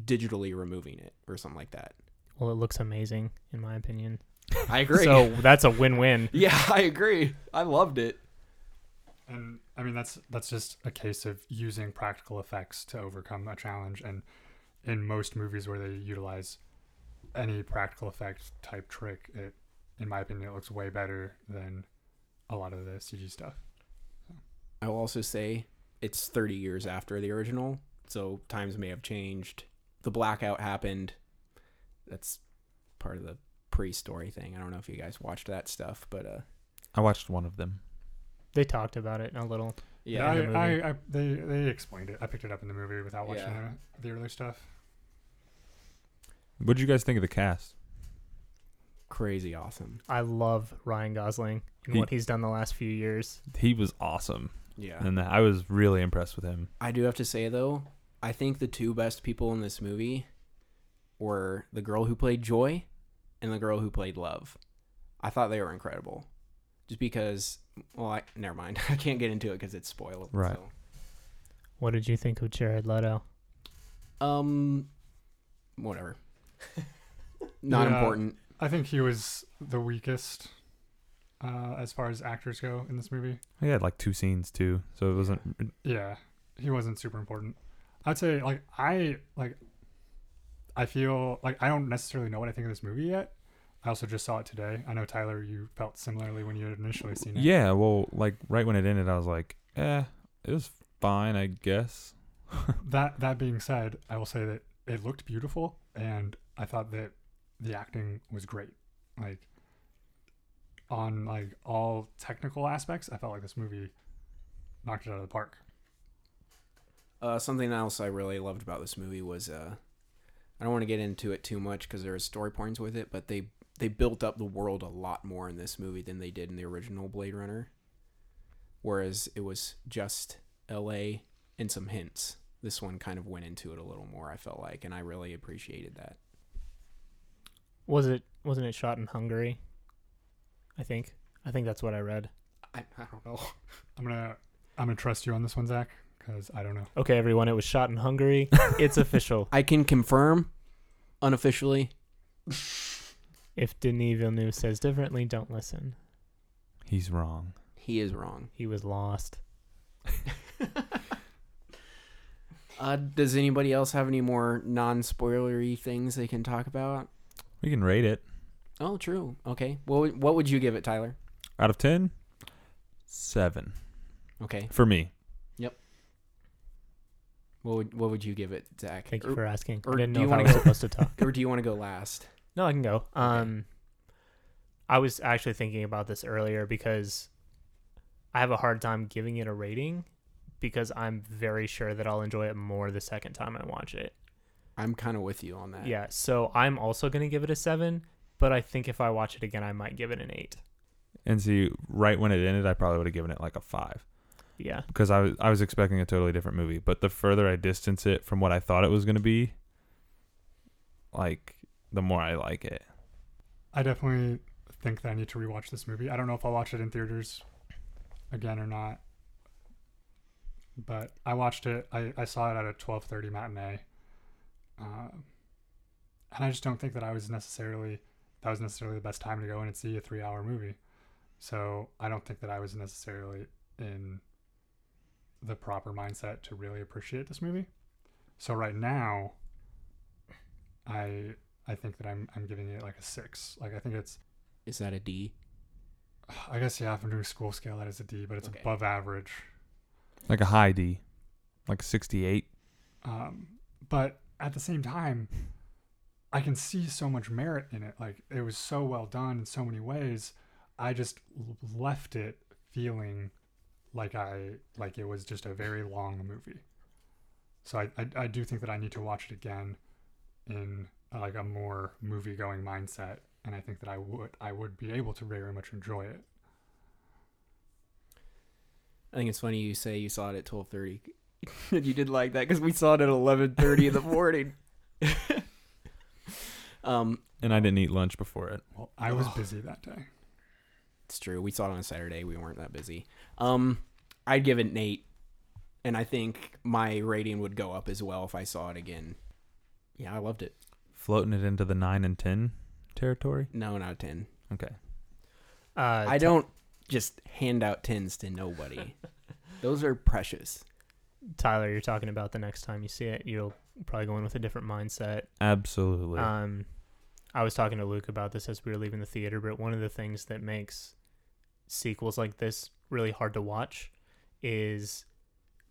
Speaker 2: digitally removing it or something like that.
Speaker 1: Well, it looks amazing in my opinion.
Speaker 2: I agree.
Speaker 1: So that's a win-win.
Speaker 2: yeah, I agree. I loved it.
Speaker 4: And I mean that's that's just a case of using practical effects to overcome a challenge. And in most movies where they utilize any practical effect type trick, it in my opinion it looks way better than a lot of the CG stuff.
Speaker 2: I will also say it's 30 years after the original, so times may have changed. The blackout happened. That's part of the pre-story thing. I don't know if you guys watched that stuff, but uh
Speaker 3: I watched one of them.
Speaker 1: They talked about it a little.
Speaker 2: yeah.
Speaker 1: in the
Speaker 4: I,
Speaker 1: movie.
Speaker 4: I, I they they explained it. I picked it up in the movie without watching
Speaker 2: Yeah.
Speaker 4: the, the earlier stuff.
Speaker 3: What did you guys think of the cast?
Speaker 2: Crazy awesome.
Speaker 1: I love Ryan Gosling and
Speaker 3: He-
Speaker 1: what he's done the last few years.
Speaker 3: He was awesome,
Speaker 2: Yeah.
Speaker 3: and I was really impressed with him.
Speaker 2: I do have to say though, I think the two best people in this movie were the girl who played Joy and the girl who played Love. I thought they were incredible. Just because well, I never mind. I can't get into it cuz it's spoiled.
Speaker 3: Right.
Speaker 2: so.
Speaker 1: What did you think of Jared Leto?
Speaker 2: Um, whatever. Not
Speaker 4: Yeah.
Speaker 2: important.
Speaker 4: I think he was the weakest uh, as far as actors go in this movie.
Speaker 3: He had like two scenes too, so it wasn't.
Speaker 4: Yeah, he wasn't super important. I'd say like I like I feel like I don't necessarily know what I think of this movie yet. I also just saw it today. I know Tyler, you felt similarly when you had initially seen it.
Speaker 3: Yeah, well, like right when it ended, I was like, eh, it was fine, I guess.
Speaker 4: That that being said, I will say that it looked beautiful, and I thought that the acting was great. Like on like all technical aspects, I felt like this movie knocked it out of the park.
Speaker 2: Uh, something else I really loved about this movie was uh, I don't want to get into it too much because there are story points with it, but they they built up the world a lot more in this movie than they did in the original Blade Runner. Whereas it was just L.A. and some hints. This one kind of went into it a little more. I felt like, and I really appreciated that.
Speaker 1: Was it wasn't it shot in Hungary? I think. I think that's what I read.
Speaker 2: I, I don't know.
Speaker 4: I'm gonna I'm gonna trust you on this one, Zach, because I don't know.
Speaker 1: Okay, everyone, it was shot in Hungary. it's official.
Speaker 2: I can confirm, unofficially.
Speaker 1: If Denis Villeneuve says differently, don't listen.
Speaker 3: He's wrong.
Speaker 2: He is wrong.
Speaker 1: He was lost.
Speaker 2: Uh, does anybody else have any more non-spoilery things they can talk about?
Speaker 3: We can rate it
Speaker 2: Oh, true. Okay. What would- what would you give it, Tyler?
Speaker 3: out of ten. Seven
Speaker 2: Okay.
Speaker 3: for me.
Speaker 2: What would what would you give it, Zach?
Speaker 1: Thank you
Speaker 2: or,
Speaker 1: for asking.
Speaker 2: or
Speaker 1: I didn't
Speaker 2: do
Speaker 1: know if
Speaker 2: you
Speaker 1: I
Speaker 2: wanna
Speaker 1: was
Speaker 2: go-
Speaker 1: supposed to talk.
Speaker 2: or do you want to go last?
Speaker 1: No, I can go. Um, I was actually thinking about this earlier because I have a hard time giving it a rating because I'm very sure that I'll enjoy it more the second time I watch it.
Speaker 2: I'm kind of with you on that.
Speaker 1: Yeah, so I'm also going to give it a seven, but I think if I watch it again, I might give it an eight.
Speaker 3: And see, right when it ended, I probably would have given it like a five
Speaker 1: Yeah.
Speaker 3: because I was I was expecting a totally different movie. But the further I distance it from what I thought it was going to be, like the more I like it.
Speaker 4: I definitely think that I need to rewatch this movie. I don't know if I'll watch it in theaters again or not. But I watched it. I, I saw it at a twelve thirty matinee, um, and I just don't think that I was necessarily that was necessarily the best time to go in and see a three hour movie. So I don't think that I was necessarily in the proper mindset to really appreciate this movie. So right now, I I think that I'm I'm giving it like a six. Like I think it's
Speaker 2: Is that a D?
Speaker 4: I guess yeah, if I'm doing school scale, that is a D, but it's
Speaker 2: Okay.
Speaker 4: above average.
Speaker 3: Like a high D, like sixty eight.
Speaker 4: Um, but at the same time, I can see so much merit in it. Like it was so well done in so many ways. I just l- left it feeling like I like it was just a very long movie. So I I, I do think that I need to watch it again in uh, like a more movie going mindset, and I think that I would I would be able to very much enjoy it.
Speaker 2: I think it's funny you say you saw it at 12:30. and you did like that because we saw it at 11:30 in the morning. um,
Speaker 3: And I didn't eat lunch before it.
Speaker 4: Well, I was busy that day.
Speaker 2: it's true. We saw it on a Saturday. We weren't that busy. Um, I'd give it an eight, and I think my rating would go up as well if I saw it again. Yeah, I loved it.
Speaker 3: Floating it into the nine and ten territory.
Speaker 2: No, not a ten.
Speaker 3: Okay.
Speaker 1: Uh,
Speaker 2: I don't just hand out tens to nobody. Those are precious.
Speaker 1: Tyler, you're talking about the next time you see it, you'll probably go in with a different mindset.
Speaker 3: Absolutely.
Speaker 1: Um, I was talking to Luke about this as we were leaving the theater, but one of the things that makes sequels like this really hard to watch is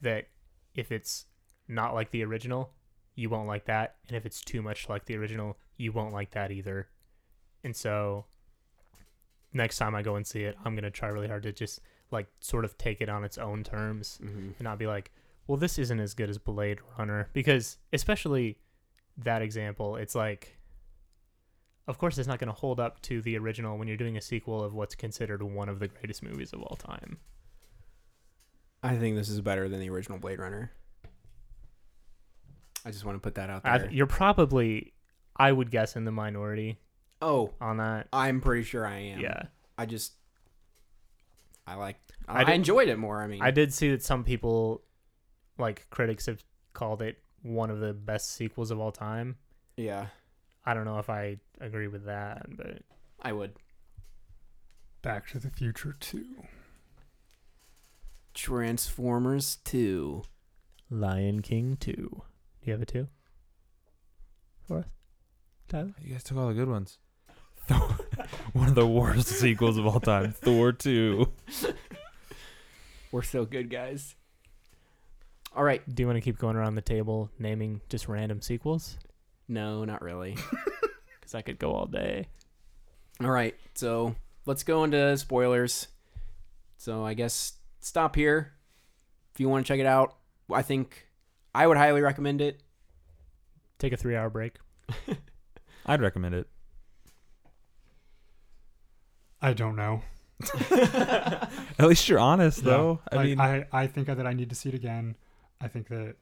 Speaker 1: that if it's not like the original, you won't like that, and if it's too much like the original, you won't like that either. And so, next time I go and see it, I'm gonna try really hard to just like sort of take it on its own terms
Speaker 2: Mm-hmm.
Speaker 1: and not be like, well, this isn't as good as Blade Runner because especially that example, it's like, of course, it's not going to hold up to the original when you're doing a sequel of what's considered one of the greatest movies of all time.
Speaker 2: I think this is better than the original Blade Runner. I just want to put that out
Speaker 1: I
Speaker 2: there.
Speaker 1: th- you're probably, I would guess, in the minority
Speaker 2: oh,
Speaker 1: on that.
Speaker 2: I'm pretty sure I
Speaker 1: Yeah,
Speaker 2: am. I just, I like,
Speaker 1: I
Speaker 2: I,
Speaker 1: did-
Speaker 2: enjoyed it more. I mean,
Speaker 1: I did see that some people, like critics, have called it one of the best sequels of all time.
Speaker 2: yeah,
Speaker 1: I don't know if I agree with that, but
Speaker 2: I would.
Speaker 4: Back to the Future Two.
Speaker 2: Transformers 2.
Speaker 1: Lion King two. Do you have a two? For us, Tyler.
Speaker 3: you guys took all the good ones. Thor, one of the worst sequels of all time. Thor two.
Speaker 2: We're so good, guys. All right.
Speaker 1: Do you want to keep going around the table naming just random sequels?
Speaker 2: No, not really.
Speaker 1: Because
Speaker 5: because I could go all day.
Speaker 2: All right, so let's go into spoilers. So I guess stop here. If you want to check it out, I think I would highly recommend it.
Speaker 1: Take a three hour break.
Speaker 3: I'd recommend it.
Speaker 4: I don't know.
Speaker 3: At least you're honest,
Speaker 4: Yeah.
Speaker 3: though. I
Speaker 4: like,
Speaker 3: mean,
Speaker 4: I, I think that I need to see it again. I think that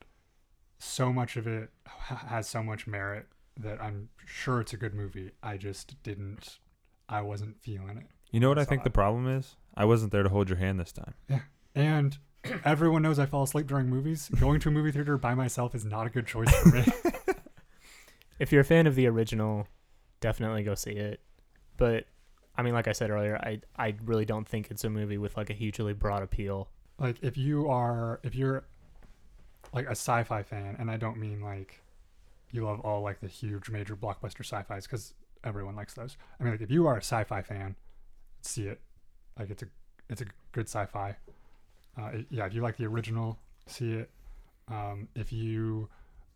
Speaker 4: so much of it ha- has so much merit that I'm sure it's a good movie. I just didn't, I wasn't feeling it.
Speaker 3: you know what I
Speaker 4: saw
Speaker 3: think
Speaker 4: it.
Speaker 3: the problem is? I wasn't there to hold your hand this time.
Speaker 4: And everyone knows I fall asleep during movies. Going to a movie theater by myself is not a good choice for me.
Speaker 1: if you're a fan of the original, definitely go see it. But I mean, like I said earlier, I I really don't think it's a movie with like a hugely broad appeal.
Speaker 4: like if you are if you're like a sci-fi fan and i don't mean like you love all like the huge major blockbuster sci-fis because everyone likes those i mean like if you are a sci-fi fan see it like it's a it's a good sci-fi uh, it- yeah if you like the original see it um, if you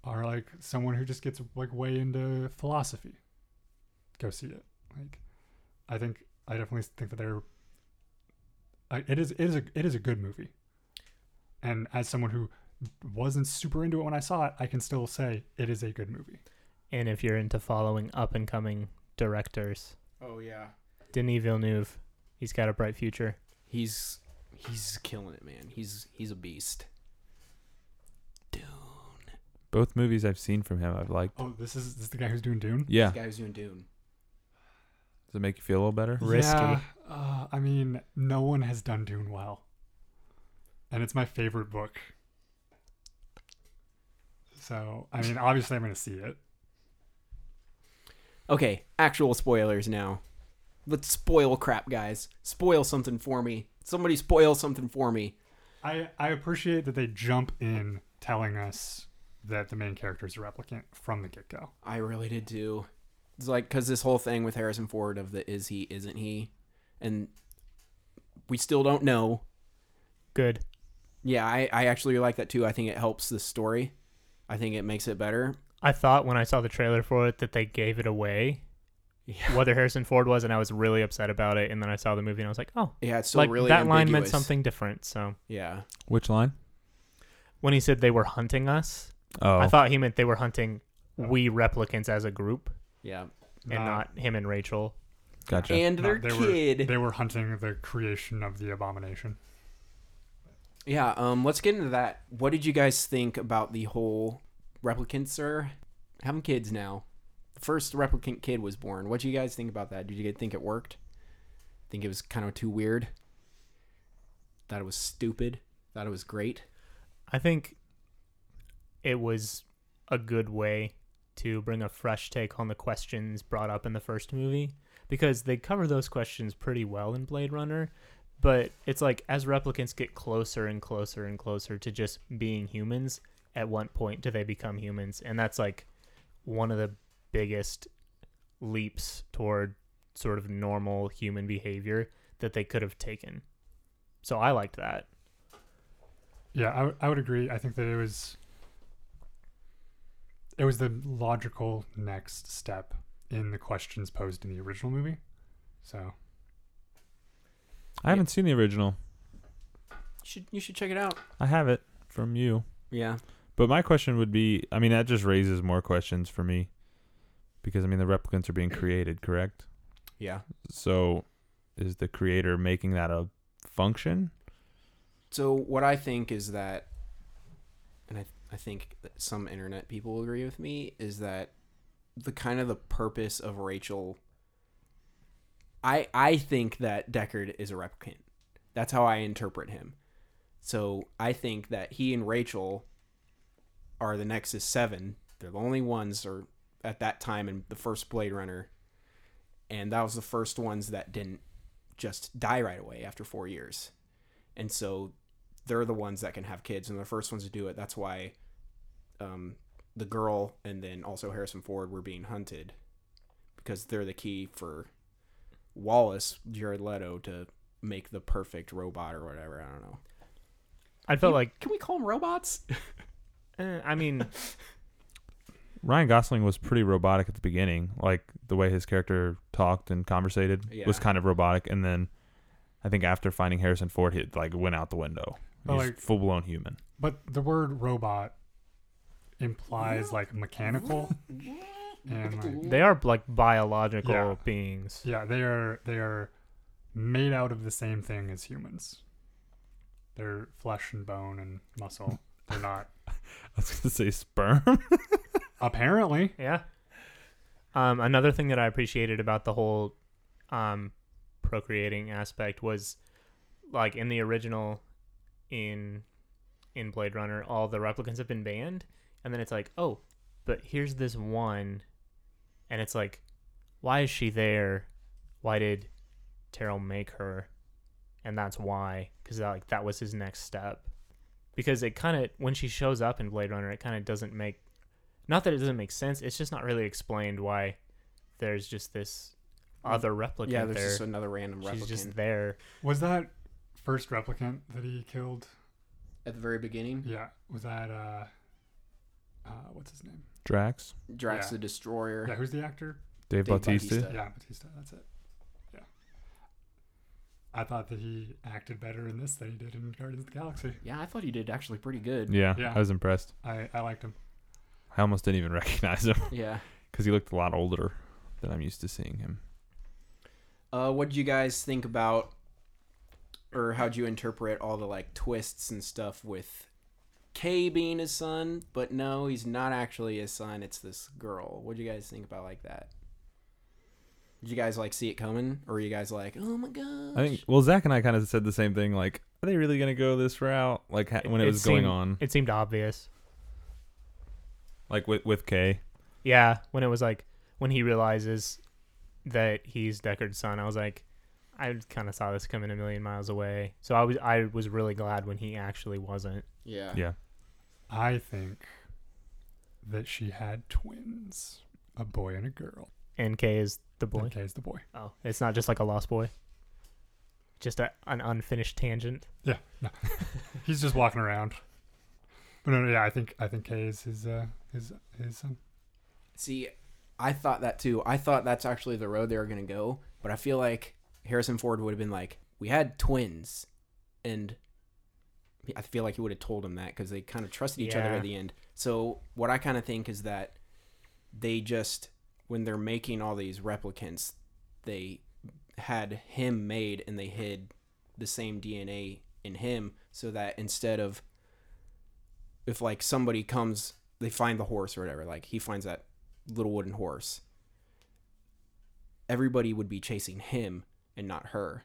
Speaker 4: are like someone who just gets like way into philosophy go see it like i think i definitely think that they're like it is it is a it is a good movie. And as someone who wasn't super into it when I saw it, I can still say it is a good movie.
Speaker 1: And if you're into following up and coming directors,
Speaker 2: Oh yeah.
Speaker 1: Denis Villeneuve, he's got a bright future.
Speaker 2: He's he's killing it, man. He's he's a beast. Dune.
Speaker 3: Both movies I've seen from him, I've liked.
Speaker 4: Oh, this is this is the guy who's doing Dune.
Speaker 3: Yeah.
Speaker 2: This guy who's doing Dune.
Speaker 3: Does it make you feel a little better?
Speaker 1: Risky.
Speaker 4: Yeah, uh, I mean, no one has done Dune well, and it's my favorite book. So I mean, obviously, I'm going to see it.
Speaker 2: Okay, actual spoilers now. Let's spoil crap, guys. Spoil something for me. Somebody spoil something for me.
Speaker 4: I I appreciate that they jump in telling us that the main character is a replicant from the get go.
Speaker 2: I really did too. It's like because this whole thing with Harrison Ford of the is he isn't he, and we still don't know.
Speaker 1: Good.
Speaker 2: Yeah, I, I actually like that too. I think it helps the story. I think it makes it better.
Speaker 1: I thought when I saw the trailer for it that they gave it away,
Speaker 2: Yeah,
Speaker 1: whether Harrison Ford was, and I was really upset about it. And then I saw the movie and I was like, oh,
Speaker 2: yeah it's still
Speaker 1: like
Speaker 2: really
Speaker 1: that line meant
Speaker 2: ambiguous.
Speaker 1: something different. So
Speaker 2: Yeah,
Speaker 3: Which line?
Speaker 1: when he said they were hunting us,
Speaker 3: Oh,
Speaker 1: I thought he meant they were hunting
Speaker 2: Oh.
Speaker 1: we replicants as a group
Speaker 2: yeah,
Speaker 1: and
Speaker 2: Ah.
Speaker 1: not him and Rachel.
Speaker 3: gotcha.
Speaker 2: and
Speaker 4: No,
Speaker 2: their
Speaker 4: they were-
Speaker 2: kid.
Speaker 4: They were hunting the creation of the abomination.
Speaker 2: Yeah, um, let's get into that. What did you guys think about the whole replicants are having kids now? The first replicant kid was born. What do you guys think about that? Did you guys think it worked? Think it was kind of too weird? Thought it was stupid? Thought it was great?
Speaker 1: I think it was a good way to bring a fresh take on the questions brought up in the first movie because they cover those questions pretty well in Blade Runner. But it's like as replicants get closer and closer and closer to just being humans, at what point do they become humans? And that's like one of the biggest leaps toward sort of normal human behavior that they could have taken. So I liked that.
Speaker 4: Yeah, I, w- I would agree. I think that it was it was the logical next step in the questions posed in the original movie. So
Speaker 3: I haven't seen the original.
Speaker 2: You should you should check it out.
Speaker 3: I have it from you.
Speaker 2: Yeah.
Speaker 3: But my question would be I mean, that just raises more questions for me. Because, I mean, the replicants are being created, correct?
Speaker 2: Yeah.
Speaker 3: So is the creator making that a function?
Speaker 2: So what I think is that, and I, I think that some internet people agree with me, is that the kind of the purpose of Rachel. I I think that Deckard is a replicant. That's how I interpret him. So I think that he and Rachel are the Nexus Seven. They're the only ones, or at that time in the first Blade Runner, and that was the first ones that didn't just die right away after four years and so they're the ones that can have kids and they're the first ones to do it that's why um, the girl and then also harrison ford were being hunted because they're the key for wallace jared leto to make the perfect robot or whatever i don't know
Speaker 1: I felt
Speaker 2: You-
Speaker 1: like
Speaker 2: can we call them robots
Speaker 1: Eh, I mean,
Speaker 3: Ryan Gosling was pretty robotic at the beginning, like the way his character talked and conversated was
Speaker 2: Yeah.
Speaker 3: kind of robotic, and then I think after finding Harrison Ford, he like went out the window.
Speaker 4: But,
Speaker 3: He's
Speaker 4: like-
Speaker 3: full blown human.
Speaker 4: But the word robot implies like mechanical. and like,
Speaker 1: They are like biological
Speaker 4: Yeah.
Speaker 1: beings.
Speaker 4: yeah, they are they are made out of the same thing as humans. They're flesh and bone and muscle. They're not
Speaker 3: I was gonna say sperm.
Speaker 4: apparently.
Speaker 1: Yeah. Um, another thing that I appreciated about the whole um, procreating aspect was, like in the original, in in Blade Runner, all the replicants have been banned, and then it's like, oh, but here's this one, and it's like, why is she there? Why did Terrell make her? And that's why, because like that was his next step, because it kind of when she shows up in Blade Runner, it kind of doesn't make not that it doesn't make sense it's just not really explained why there's just this other replicant
Speaker 2: Mm. yeah, there's
Speaker 1: there
Speaker 2: just another random replicant
Speaker 1: she's just there
Speaker 4: Was that first replicant that he killed?
Speaker 2: at the very beginning.
Speaker 4: Yeah. Was that uh uh what's his name?
Speaker 3: Drax,
Speaker 2: Drax
Speaker 4: Yeah.
Speaker 2: the Destroyer.
Speaker 4: Yeah, who's the actor?
Speaker 3: Dave,
Speaker 2: Dave
Speaker 3: Bautista.
Speaker 2: Bautista.
Speaker 4: Yeah, Batista, that's it. Yeah. I thought that he acted better in this than he did in Guardians of the Galaxy.
Speaker 2: Yeah, I thought he did actually pretty good.
Speaker 3: Yeah,
Speaker 4: Yeah.
Speaker 3: I was impressed.
Speaker 4: I, I liked him.
Speaker 3: I almost didn't even recognize him
Speaker 2: Yeah.
Speaker 3: because he looked a lot older than I'm used to seeing him.
Speaker 2: Uh, what did you guys think about, or how'd you interpret all the like twists and stuff with K being his son, but no, he's not actually his son. It's this girl. What do you guys think about like that? Did you guys like see it coming, or are you guys like, oh my gosh?
Speaker 3: I think. Well, Zach and I kind of said the same thing. Like, are they really gonna go this route? Like ha- when it,
Speaker 1: It
Speaker 3: was
Speaker 1: seemed-
Speaker 3: going on,
Speaker 1: it seemed obvious
Speaker 3: like with with Kay.
Speaker 1: yeah when it was like when he realizes that he's deckard's son i was like i kind of saw this coming a million miles away so i was i was really glad when he actually wasn't
Speaker 2: yeah.
Speaker 3: Yeah.
Speaker 4: I think that she had twins, a boy and a girl.
Speaker 1: and k is the boy
Speaker 4: Okay, is the boy.
Speaker 1: oh it's not just like a lost boy just a, an unfinished tangent
Speaker 4: Yeah, no. he's just walking around. But no, no, yeah, I think I think Kay is his uh, his his son.
Speaker 2: See, I thought that too. I thought that's actually the road they were gonna go, but I feel like Harrison Ford would have been like, "We had twins," and I feel like he would have told him that because they kind of trusted each other
Speaker 1: Yeah.
Speaker 2: at the end. So what I kind of think is that they just when they're making all these replicants, they had him made and they hid the same DNA in him so that instead of if like somebody comes they find the horse or whatever like he finds that little wooden horse everybody would be chasing him and not her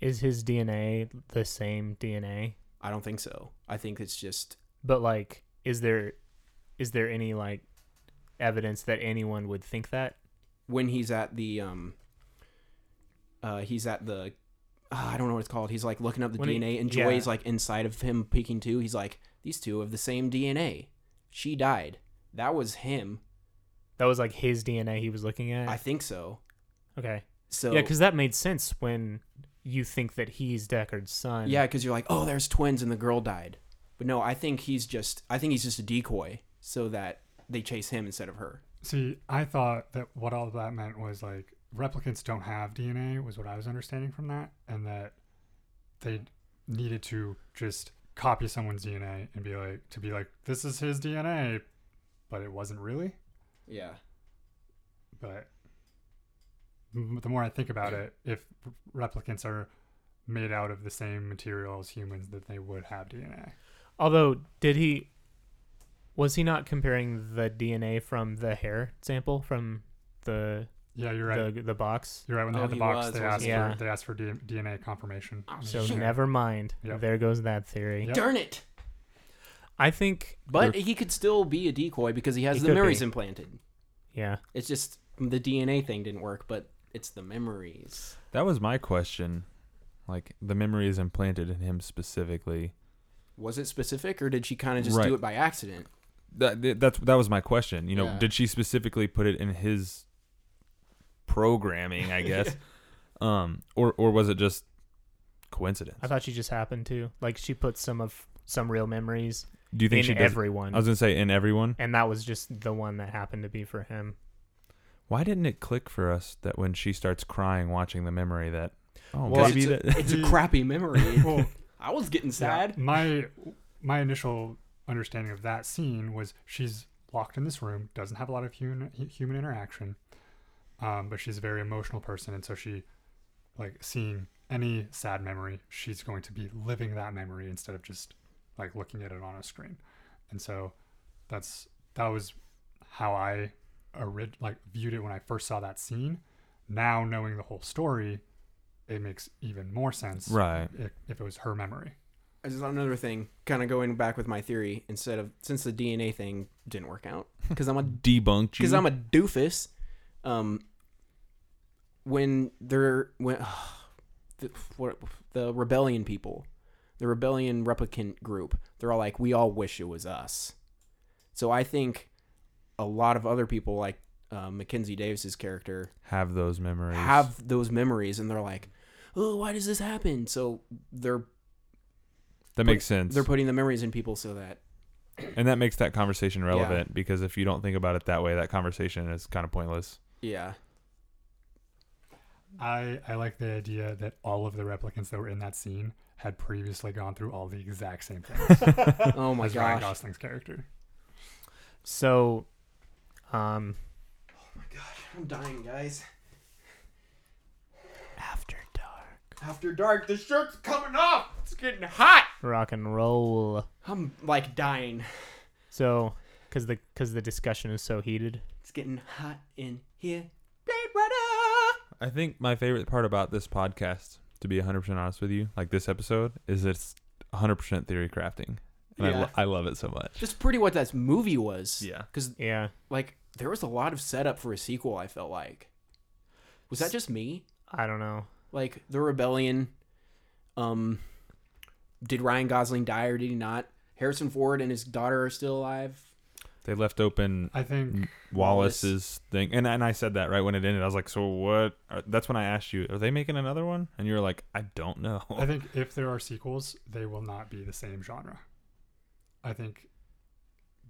Speaker 1: is his dna the same dna
Speaker 2: i don't think so i think it's just
Speaker 1: but like is there is there any like evidence that anyone would think that
Speaker 2: when he's at the um uh he's at the ah, i don't know what it's called he's like looking up the
Speaker 1: When he-
Speaker 2: dna and
Speaker 1: yeah.
Speaker 2: joy's like inside of him peeking too he's like these two have the same dna she died that was him
Speaker 1: that was like his dna he was looking at
Speaker 2: i think so
Speaker 1: okay
Speaker 2: so
Speaker 1: yeah because that made sense when you think that he's deckard's son
Speaker 2: Yeah, because you're like, oh, there's twins and the girl died. But no, I think he's just, I think he's just a decoy so that they chase him instead of her.
Speaker 4: See, I thought that what all that meant was like replicants don't have DNA was what I was understanding from that, and that they needed to just copy someone's DNA and be like to be like this is his DNA, but it wasn't really.
Speaker 2: Yeah.
Speaker 4: But m- the more I think about it, if replicants are made out of the same material as humans, that they would have DNA.
Speaker 1: although did he was he not comparing the dna from the hair sample from the
Speaker 4: Yeah, you're right.
Speaker 1: the, the box
Speaker 4: You're right. When they
Speaker 2: Oh,
Speaker 4: had the
Speaker 2: he
Speaker 4: box,
Speaker 2: was,
Speaker 4: they
Speaker 2: wasn't
Speaker 4: asked
Speaker 1: he? Yeah.
Speaker 4: for they asked for D- DNA confirmation.
Speaker 1: so never mind
Speaker 4: Yep.
Speaker 1: there goes that theory
Speaker 4: Yep.
Speaker 2: Darn it!
Speaker 1: i think
Speaker 2: But he could still be a decoy because he has
Speaker 1: He
Speaker 2: the
Speaker 1: could
Speaker 2: memories
Speaker 1: be.
Speaker 2: implanted.
Speaker 1: yeah
Speaker 2: It's just the DNA thing didn't work, but it's the memories.
Speaker 3: That was my question. Like the memory is implanted in him specifically.
Speaker 2: Was it specific or did she kind of just
Speaker 3: Right.
Speaker 2: do it by accident?
Speaker 3: That that- that's that was my question. You know,
Speaker 2: Yeah.
Speaker 3: did she specifically put it in his programming? I guess, um, or or was it just coincidence?
Speaker 1: i thought she just happened to like she put some of some real memories
Speaker 3: Do you think
Speaker 1: in
Speaker 3: she does?
Speaker 1: everyone.
Speaker 3: I was gonna say in everyone.
Speaker 1: and that was just the one that happened to be for him.
Speaker 3: Why didn't it click for us that when she starts crying watching the memory that oh
Speaker 2: Well,
Speaker 3: maybe
Speaker 2: it's,
Speaker 3: that
Speaker 2: a, it's a
Speaker 4: He-
Speaker 2: crappy memory.
Speaker 4: Well,
Speaker 2: I was getting
Speaker 4: yeah,
Speaker 2: sad.
Speaker 4: my my initial understanding of that scene was she's locked in this room, doesn't have a lot of human human interaction, um, but she's a very emotional person, and so she like seeing any sad memory, she's going to be living that memory instead of just like looking at it on a screen, and so that's that was how I orig- like viewed it when I first saw that scene. Now knowing the whole story, it makes even more sense
Speaker 3: right.
Speaker 4: if, if it was her memory.
Speaker 2: This is another thing, kind of going back with my theory instead of since the DNA thing didn't work out because I'm a
Speaker 3: Debunked you.
Speaker 2: because I'm a doofus. Um, when they're when the, what, the rebellion people, the rebellion replicant group, they're all like, we all wish it was us. So I think a lot of other people, like uh, Mackenzie Davis's character,
Speaker 3: have those memories.
Speaker 2: have those memories, and they're like, oh, why does this happen? So they're
Speaker 3: that makes sense.
Speaker 2: they're putting the memories in people so that
Speaker 3: and that makes that conversation relevant because if you don't think about it that way, that conversation is kind of pointless.
Speaker 2: yeah,
Speaker 4: I, I like the idea that all of the replicants that were in that scene had previously gone through all the exact same things
Speaker 2: oh my
Speaker 4: as Ryan
Speaker 2: gosh,
Speaker 4: Gosling's character.
Speaker 1: So, um,
Speaker 2: I'm dying, guys.
Speaker 1: after dark,
Speaker 2: After dark, the shirt's coming off. It's getting hot.
Speaker 1: rock and roll.
Speaker 2: I'm like dying.
Speaker 1: So, because the because the discussion is so heated.
Speaker 2: It's getting hot in here. Blade Runner.
Speaker 3: I think my favorite part about this podcast, to be 100% honest with you, like this episode, is it's 100% theory crafting. And I,
Speaker 2: Yeah.
Speaker 3: lo- I love it so much.
Speaker 2: That's pretty what that movie was.
Speaker 3: Yeah.
Speaker 2: Because
Speaker 1: Yeah,
Speaker 2: like there was a lot of setup for a sequel. I felt like. Was that just me?
Speaker 1: I don't know.
Speaker 2: Like the rebellion. Um. Did Ryan Gosling die or did he not? Harrison Ford and his daughter are still alive.
Speaker 3: They left open
Speaker 4: I think
Speaker 3: Wallace's thing. And, and I said that right when it ended. I was like, so what? are- That's when I asked you, are they making another one? And you were like, I don't know.
Speaker 4: I think if there are sequels, they will not be the same genre. I think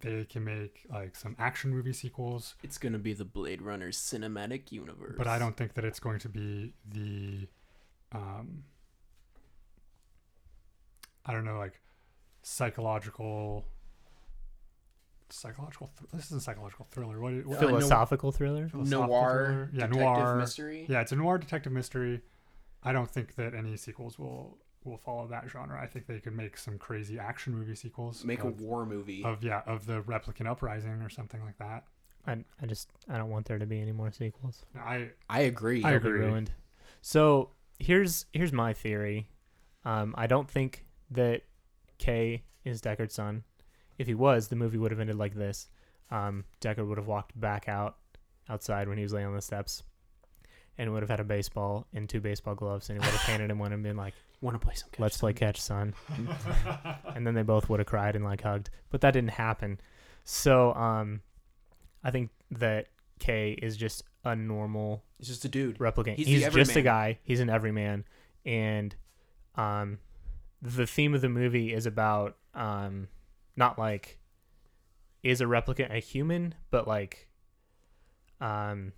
Speaker 4: they can make like some action movie sequels,
Speaker 2: It's gonna be the Blade Runner cinematic universe.
Speaker 4: but I don't think that it's going to be the um I don't know like psychological psychological thr this isn't psychological thriller. What, what
Speaker 2: Uh, no-
Speaker 1: Philosophical thriller.
Speaker 4: philosophical
Speaker 2: noir,
Speaker 4: thriller. yeah,
Speaker 2: detective
Speaker 4: noir,
Speaker 2: mystery.
Speaker 4: yeah, it's a noir detective mystery. I don't think that any sequels will will follow that genre. I think they could make some crazy action movie sequels.
Speaker 2: Make a
Speaker 4: of,
Speaker 2: war movie.
Speaker 4: of yeah of the replicant uprising or something like that.
Speaker 1: I I just I don't want there to be any more sequels.
Speaker 4: No, I
Speaker 2: I agree.
Speaker 4: I
Speaker 1: They'll be
Speaker 4: agree.
Speaker 1: ruined. So here's here's my theory. Um, I don't think that Kay is Deckard's son. If he was, the movie would have ended like this. Um, Deckard would have walked back out outside when he was laying on the steps, and would have had a baseball and two baseball gloves, and he would have handed him one and been like,
Speaker 2: Want to play some?
Speaker 1: "Let's play catch, son." and then they both would have cried and like hugged, but that didn't happen. So um, I think that Kay is just a normal
Speaker 2: It's just a dude.
Speaker 1: replicant.
Speaker 2: He's
Speaker 1: He's,
Speaker 2: the
Speaker 1: just a
Speaker 2: everyman.
Speaker 1: guy. He's an everyman, and um, the theme of the movie is about um, not like is a replicant a human, but like um,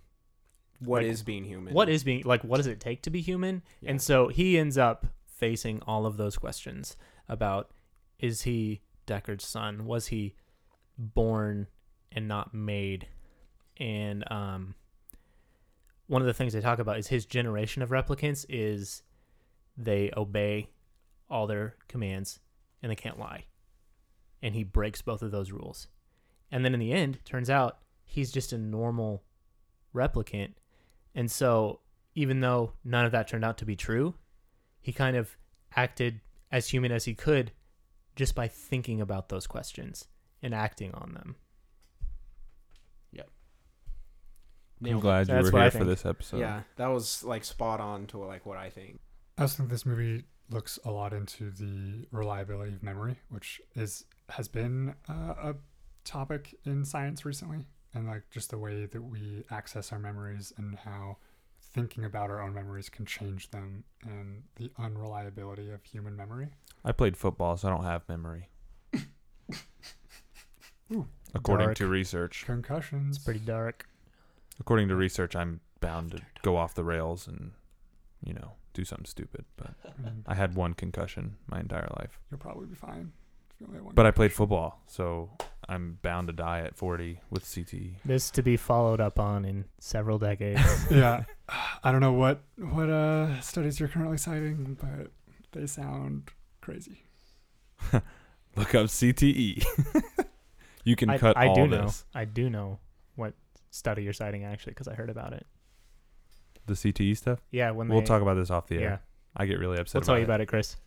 Speaker 2: What is
Speaker 1: Like,
Speaker 2: being human?
Speaker 1: what is being like what does it take to be human?
Speaker 2: Yeah.
Speaker 1: And so he ends up facing all of those questions about is he Deckard's son? Was he born and not made? And um, one of the things they talk about is his generation of replicants is they obey all their commands and they can't lie. And he breaks both of those rules. And then in the end, turns out he's just a normal replicant. And so even though none of that turned out to be true, he kind of acted as human as he could just by thinking about those questions and acting on them.
Speaker 3: I'm
Speaker 2: Nailed it.
Speaker 3: glad you
Speaker 1: That's
Speaker 3: were
Speaker 1: what I
Speaker 3: here for
Speaker 1: think.
Speaker 3: this episode.
Speaker 2: Yeah, that was like spot on to like what I think.
Speaker 4: I also think this movie looks a lot into the reliability of memory, which is has been uh, a topic in science recently, and like just the way that we access our memories and how thinking about our own memories can change them, and the unreliability of human memory.
Speaker 3: I played football, so I don't have memory.
Speaker 4: Ooh.
Speaker 3: according
Speaker 1: Dark.
Speaker 3: to research.
Speaker 4: Concussions.
Speaker 1: It's pretty dark.
Speaker 3: According to research, I'm bound to go off the rails and you know do something stupid. But
Speaker 4: Mm,
Speaker 3: I had one concussion my entire life.
Speaker 4: You'll probably be fine. if you only have one
Speaker 3: But I played football, so I'm bound to die at 40 with E. CTE.
Speaker 1: This to be followed up on in several decades.
Speaker 4: yeah i don't know what what uh studies you're currently citing but they sound crazy
Speaker 3: Look up CTE. you can
Speaker 1: I,
Speaker 3: cut
Speaker 1: I
Speaker 3: all
Speaker 1: do
Speaker 3: this.
Speaker 1: know. I do know what study you're citing actually because I heard about it.
Speaker 3: The CTE stuff.
Speaker 1: Yeah, when
Speaker 3: we'll
Speaker 1: they,
Speaker 3: talk about this off the
Speaker 1: Yeah,
Speaker 3: air. I get really upset.
Speaker 1: we'll tell you about it, Chris.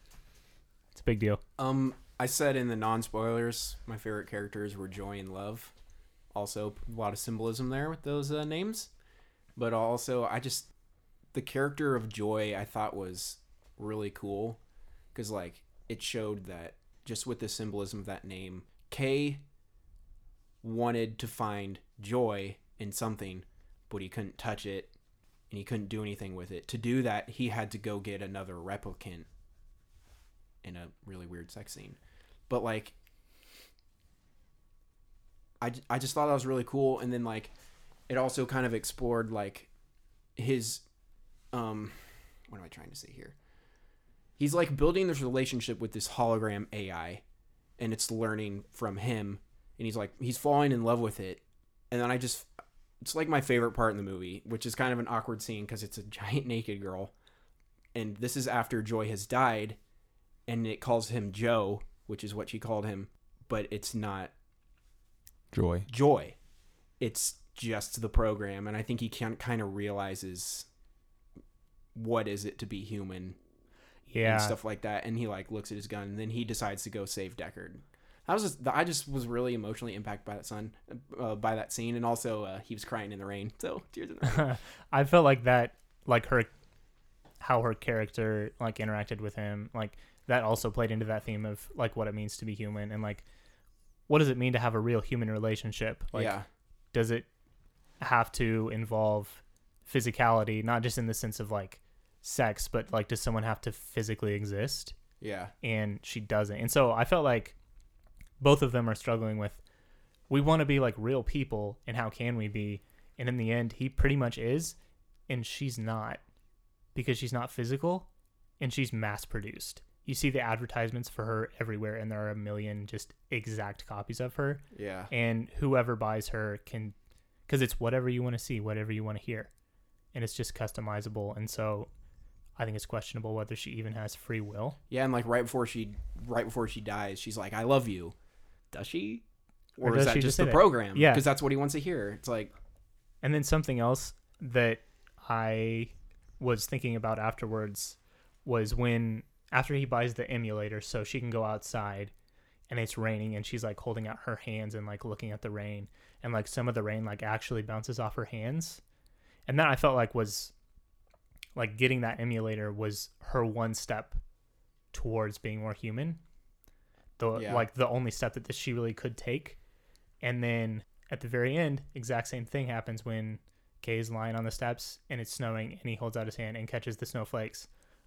Speaker 1: It's a big deal.
Speaker 2: Um, I said in the non spoilers, my favorite characters were Joy and Love. Also, a lot of symbolism there with those uh, names. But also, I just the character of Joy I thought was really cool because like it showed that just with the symbolism of that name, K wanted to find joy in something, but he couldn't touch it and he couldn't do anything with it. To do that, he had to go get another replicant in a really weird sex scene. But like, I, j- I just thought that was really cool. And then like, it also kind of explored like his, um, what am I trying to say here? He's like building this relationship with this hologram AI and it's learning from him. And he's like, he's falling in love with it. And then I just, it's like my favorite part in the movie, which is kind of an awkward scene because it's a giant naked girl. And this is after Joy has died and it calls him Joe, which is what she called him, but it's not
Speaker 3: Joy.
Speaker 2: Joy. It's just the program, and I think he can kind of realizes what is it to be human
Speaker 1: Yeah,
Speaker 2: and stuff like that. And he like looks at his gun, and then he decides to go save Deckard. I was just, I just was really emotionally impacted by that son, uh, by that scene, and also uh, he was crying in the rain. So tears in the rain.
Speaker 1: I felt like that, like her, how her character like interacted with him, like that also played into that theme of like what it means to be human and like what does it mean to have a real human relationship? Like,
Speaker 2: yeah,
Speaker 1: does it have to involve physicality, not just in the sense of like sex, but like does someone have to physically exist?
Speaker 2: yeah,
Speaker 1: and she doesn't. And so I felt like both of them are struggling with we want to be like real people and how can we be? And in the end, he pretty much is and she's not because she's not physical and she's mass produced. You see the advertisements for her everywhere and there are a million just exact copies of her
Speaker 2: yeah,
Speaker 1: and whoever buys her can because it's whatever you want to see whatever you want to hear and it's just customizable and so i think it's questionable whether she even has free will
Speaker 2: yeah. And like right before she, right before she dies, she's like, "I love you." Does she? Or,
Speaker 1: Or
Speaker 2: is
Speaker 1: does
Speaker 2: that
Speaker 1: she
Speaker 2: just
Speaker 1: just
Speaker 2: the
Speaker 1: say that?
Speaker 2: program?
Speaker 1: Yeah.
Speaker 2: because that's what he wants to hear. It's like.
Speaker 1: And then something else that I was thinking about afterwards was when after he buys the emulator so she can go outside and it's raining and she's like holding out her hands and like looking at the rain and like some of the rain like actually bounces off her hands. And that I felt like was like getting that emulator was her one step towards being more human. The
Speaker 2: Yeah.
Speaker 1: like the only step that that she really could take. And then at the very end, exact same thing happens when Kay is lying on the steps and it's snowing and he holds out his hand and catches the snowflakes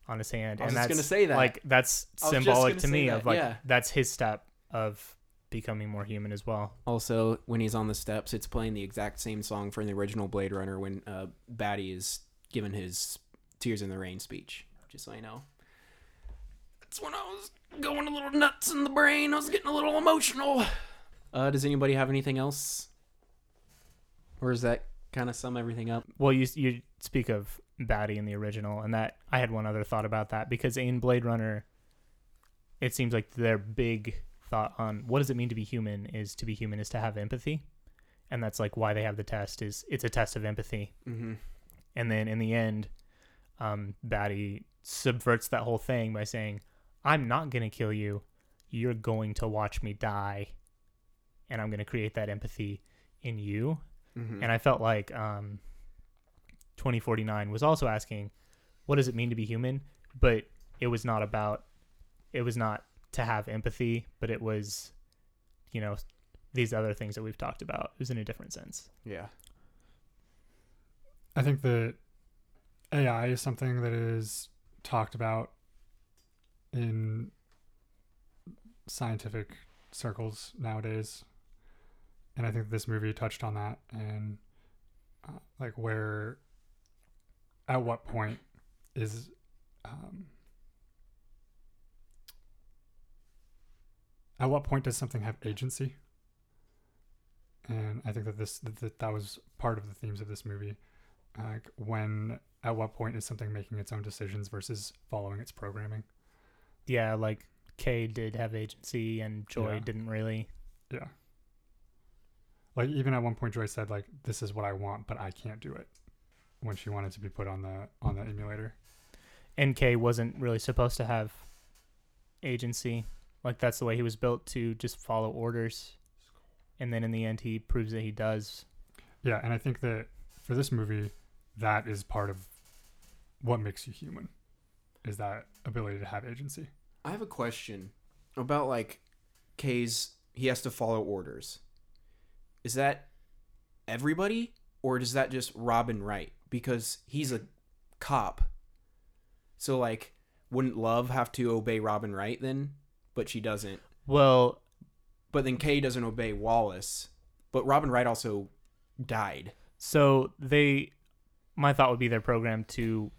Speaker 1: on his hand.
Speaker 2: I was
Speaker 1: and
Speaker 2: just
Speaker 1: that's
Speaker 2: gonna say that.
Speaker 1: like that's
Speaker 2: I was just
Speaker 1: symbolic
Speaker 2: gonna
Speaker 1: to
Speaker 2: say
Speaker 1: me
Speaker 2: that,
Speaker 1: of like
Speaker 2: yeah.
Speaker 1: that's his step of becoming more human as well.
Speaker 2: Also, when he's on the steps, it's playing the exact same song from the original Blade Runner when uh, Batty is giving his Tears in the Rain speech. Just so you know. That's when I was going a little nuts in the brain. I was getting a little emotional. Uh, does anybody have anything else? Or does that kind of sum everything up?
Speaker 1: Well, you you speak of Batty in the original, and that I had one other thought about that because in Blade Runner, it seems like their big thought on what does it mean to be human is to be human is to have empathy, and that's like why they have the test is it's a test of empathy,
Speaker 2: Mm-hmm.
Speaker 1: and then in the end, um, Batty subverts that whole thing by saying, "I'm not gonna kill you, you're going to watch me die, and I'm gonna create that empathy in you."
Speaker 2: Mm-hmm.
Speaker 1: and I felt like um, 2049 was also asking, what does it mean to be human? But it was not about, it was not to have empathy, but it was, you know, these other things that we've talked about. It was in a different sense.
Speaker 2: yeah.
Speaker 4: I think that AI is something that is talked about in scientific circles nowadays. and I think this movie touched on that and uh, like where at what point is um, at what point does something have agency? And I think that this that, that, that was part of the themes of this movie. Like when at what point is something making its own decisions versus following its programming?
Speaker 1: Yeah, like Kay did have agency and Joy
Speaker 4: Yeah.
Speaker 1: didn't really.
Speaker 4: Yeah. Like even at one point Joy said like this is what I want but I can't do it when she wanted to be put on the on the emulator.
Speaker 1: And Kay wasn't really supposed to have agency. Like that's the way he was built to just follow orders. And then in the end he proves that he does.
Speaker 4: Yeah, and I think that for this movie that is part of what makes you human is that ability to have agency.
Speaker 2: I have a question about like K's he has to follow orders. Is that everybody or does that just Robin Wright because he's a cop. So like wouldn't Love have to obey Robin Wright then? But she doesn't.
Speaker 1: Well,
Speaker 2: But then Kay doesn't obey Wallace. But Robin Wright also died.
Speaker 1: So they, my thought would be they're programmed to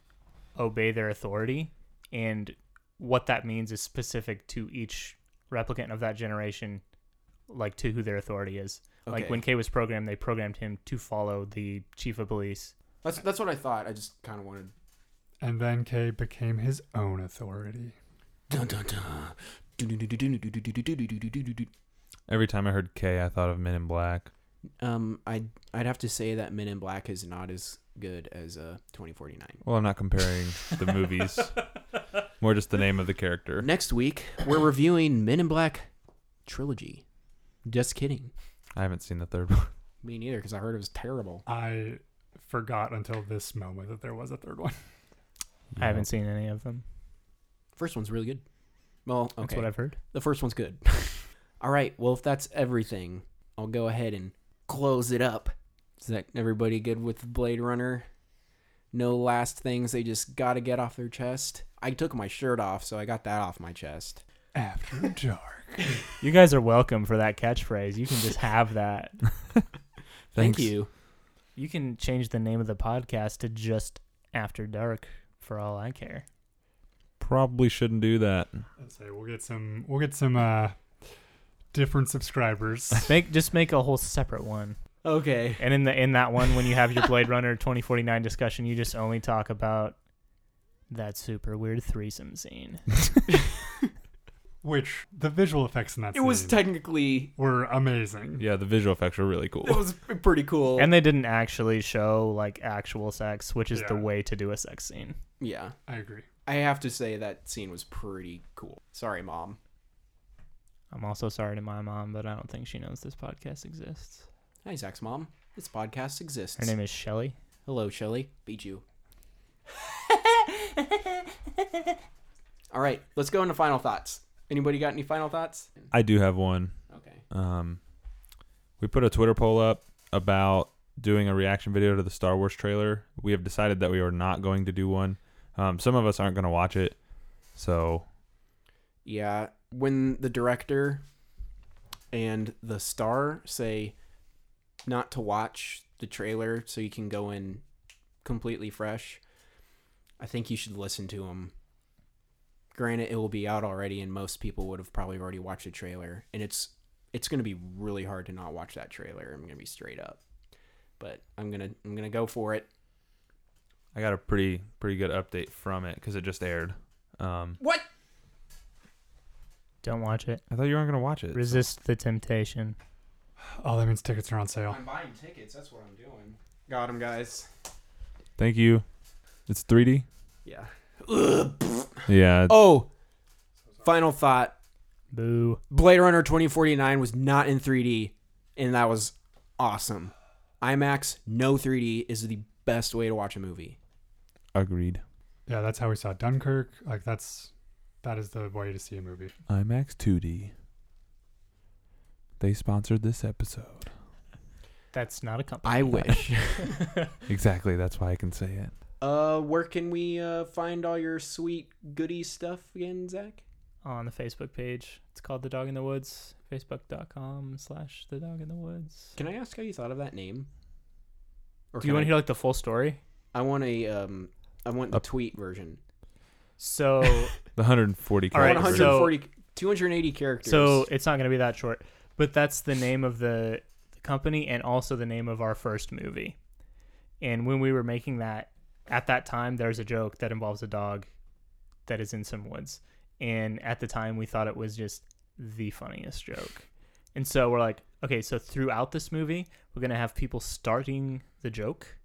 Speaker 1: obey their authority, and what that means is specific to each replicant of that generation, like to who their authority is. Like
Speaker 2: Okay.
Speaker 1: when K was programmed, they programmed him to follow the chief of police.
Speaker 2: That's that's what I thought. I just kind of wanted
Speaker 4: And then Kay became his own authority.
Speaker 2: dun dun dun. Do-do-do-do-do-do-do-do-do-do-do-do-do-do-do.
Speaker 3: Every time I heard K, I thought of Men in Black.
Speaker 2: Um, I'd I'd have to say that Men in Black is not as good as uh 2049.
Speaker 3: Well, I'm not comparing the movies, more just the name of the character.
Speaker 2: Next week we're reviewing Men in Black trilogy. Just kidding.
Speaker 3: I haven't seen the third one.
Speaker 2: Me neither, because I heard it was terrible.
Speaker 4: I forgot until this moment that there was a third one.
Speaker 1: I haven't seen any of them.
Speaker 2: First one's really good. Well, okay,
Speaker 1: That's what I've heard.
Speaker 2: the first one's good. All right. Well, if that's everything, I'll go ahead and close it up. Is that everybody good with Blade Runner? No last things they just got to get off their chest. I took my shirt off, so I got that off my chest.
Speaker 4: After dark.
Speaker 1: You guys are welcome for that catchphrase. You can just have that.
Speaker 2: Thank
Speaker 3: Thanks.
Speaker 2: you.
Speaker 1: You can change the name of the podcast to just After Dark for all I care.
Speaker 3: Probably shouldn't do that.
Speaker 4: Let's say we'll get some we'll get some uh different subscribers.
Speaker 1: Make just make a whole separate one.
Speaker 2: Okay.
Speaker 1: And in the in that one, when you have your Blade Runner 2049 discussion, you just only talk about that super weird threesome scene.
Speaker 4: Which the visual effects in that
Speaker 2: It was
Speaker 4: scene
Speaker 2: technically
Speaker 4: were amazing.
Speaker 3: Yeah, the visual effects are really
Speaker 2: it
Speaker 3: cool.
Speaker 2: was pretty cool.
Speaker 1: And they didn't actually show like actual sex, which is the
Speaker 4: Yeah.
Speaker 1: way to do a sex scene.
Speaker 2: yeah,
Speaker 4: I agree.
Speaker 2: I have to say that scene was pretty cool. Sorry, mom.
Speaker 1: I'm also sorry to my mom, but I don't think she knows this podcast exists.
Speaker 2: Hi, Zach's mom. This podcast exists.
Speaker 1: Her name is Shelly.
Speaker 2: Hello, Shelly. Beat you. All right, let's go into final thoughts. Anybody got any final thoughts?
Speaker 3: I do have one.
Speaker 2: Okay.
Speaker 3: Um, we put a Twitter poll up about doing a reaction video to the Star Wars trailer. We have decided that we are not going to do one. Um, some of us aren't going to watch it, so
Speaker 2: Yeah, when the director and the star say not to watch the trailer so you can go in completely fresh, I think you should listen to them. Granted, it will be out already, and most people would have probably already watched the trailer, and it's it's going to be really hard to not watch that trailer. I'm going to be straight up, but I'm gonna I'm gonna go for it.
Speaker 3: I got a pretty pretty good update from it because it just aired. Um,
Speaker 2: What?
Speaker 1: Don't watch it.
Speaker 3: I thought you weren't going to watch it.
Speaker 1: Resist the temptation.
Speaker 4: Oh, that means tickets are on sale.
Speaker 2: buying tickets. That's what I'm doing. Got them, guys.
Speaker 3: Thank you. It's 3D.
Speaker 2: Yeah.
Speaker 3: Yeah.
Speaker 2: Oh, final thought.
Speaker 1: Boo.
Speaker 2: Blade Runner 2049 was not in 3D, and that was awesome. IMAX, no 3D is the best way to watch a movie.
Speaker 1: Oh.
Speaker 3: Agreed.
Speaker 4: Yeah, that's how we saw Dunkirk. Like that's that is the way to see a movie.
Speaker 3: IMAX 2D. They sponsored this episode.
Speaker 1: That's not a company.
Speaker 2: I wish.
Speaker 3: Exactly. That's why I can say it.
Speaker 2: uh, where can we uh, find all your sweet goody stuff again, Zach?
Speaker 1: on the Facebook page. It's called The Dog in the Woods, facebook.com slash The Dog in the Woods.
Speaker 2: Can I ask how you thought of that name? Or
Speaker 1: Do you
Speaker 2: can
Speaker 1: want
Speaker 2: I-
Speaker 1: to hear like the full story?
Speaker 2: I want a um. I want the
Speaker 3: A-
Speaker 2: tweet version.
Speaker 1: So,
Speaker 3: The 140
Speaker 1: All right,
Speaker 2: I want
Speaker 3: characters.
Speaker 1: so-
Speaker 2: 140, 280 characters.
Speaker 1: so it's not going to be that short, but that's the name of the, the company and also the name of our first movie. And when we were making that, at that time, there's a joke that involves a dog that is in some woods. And at the time, we thought it was just the funniest joke. And so we're like, okay, so throughout this movie, we're going to have people starting the joke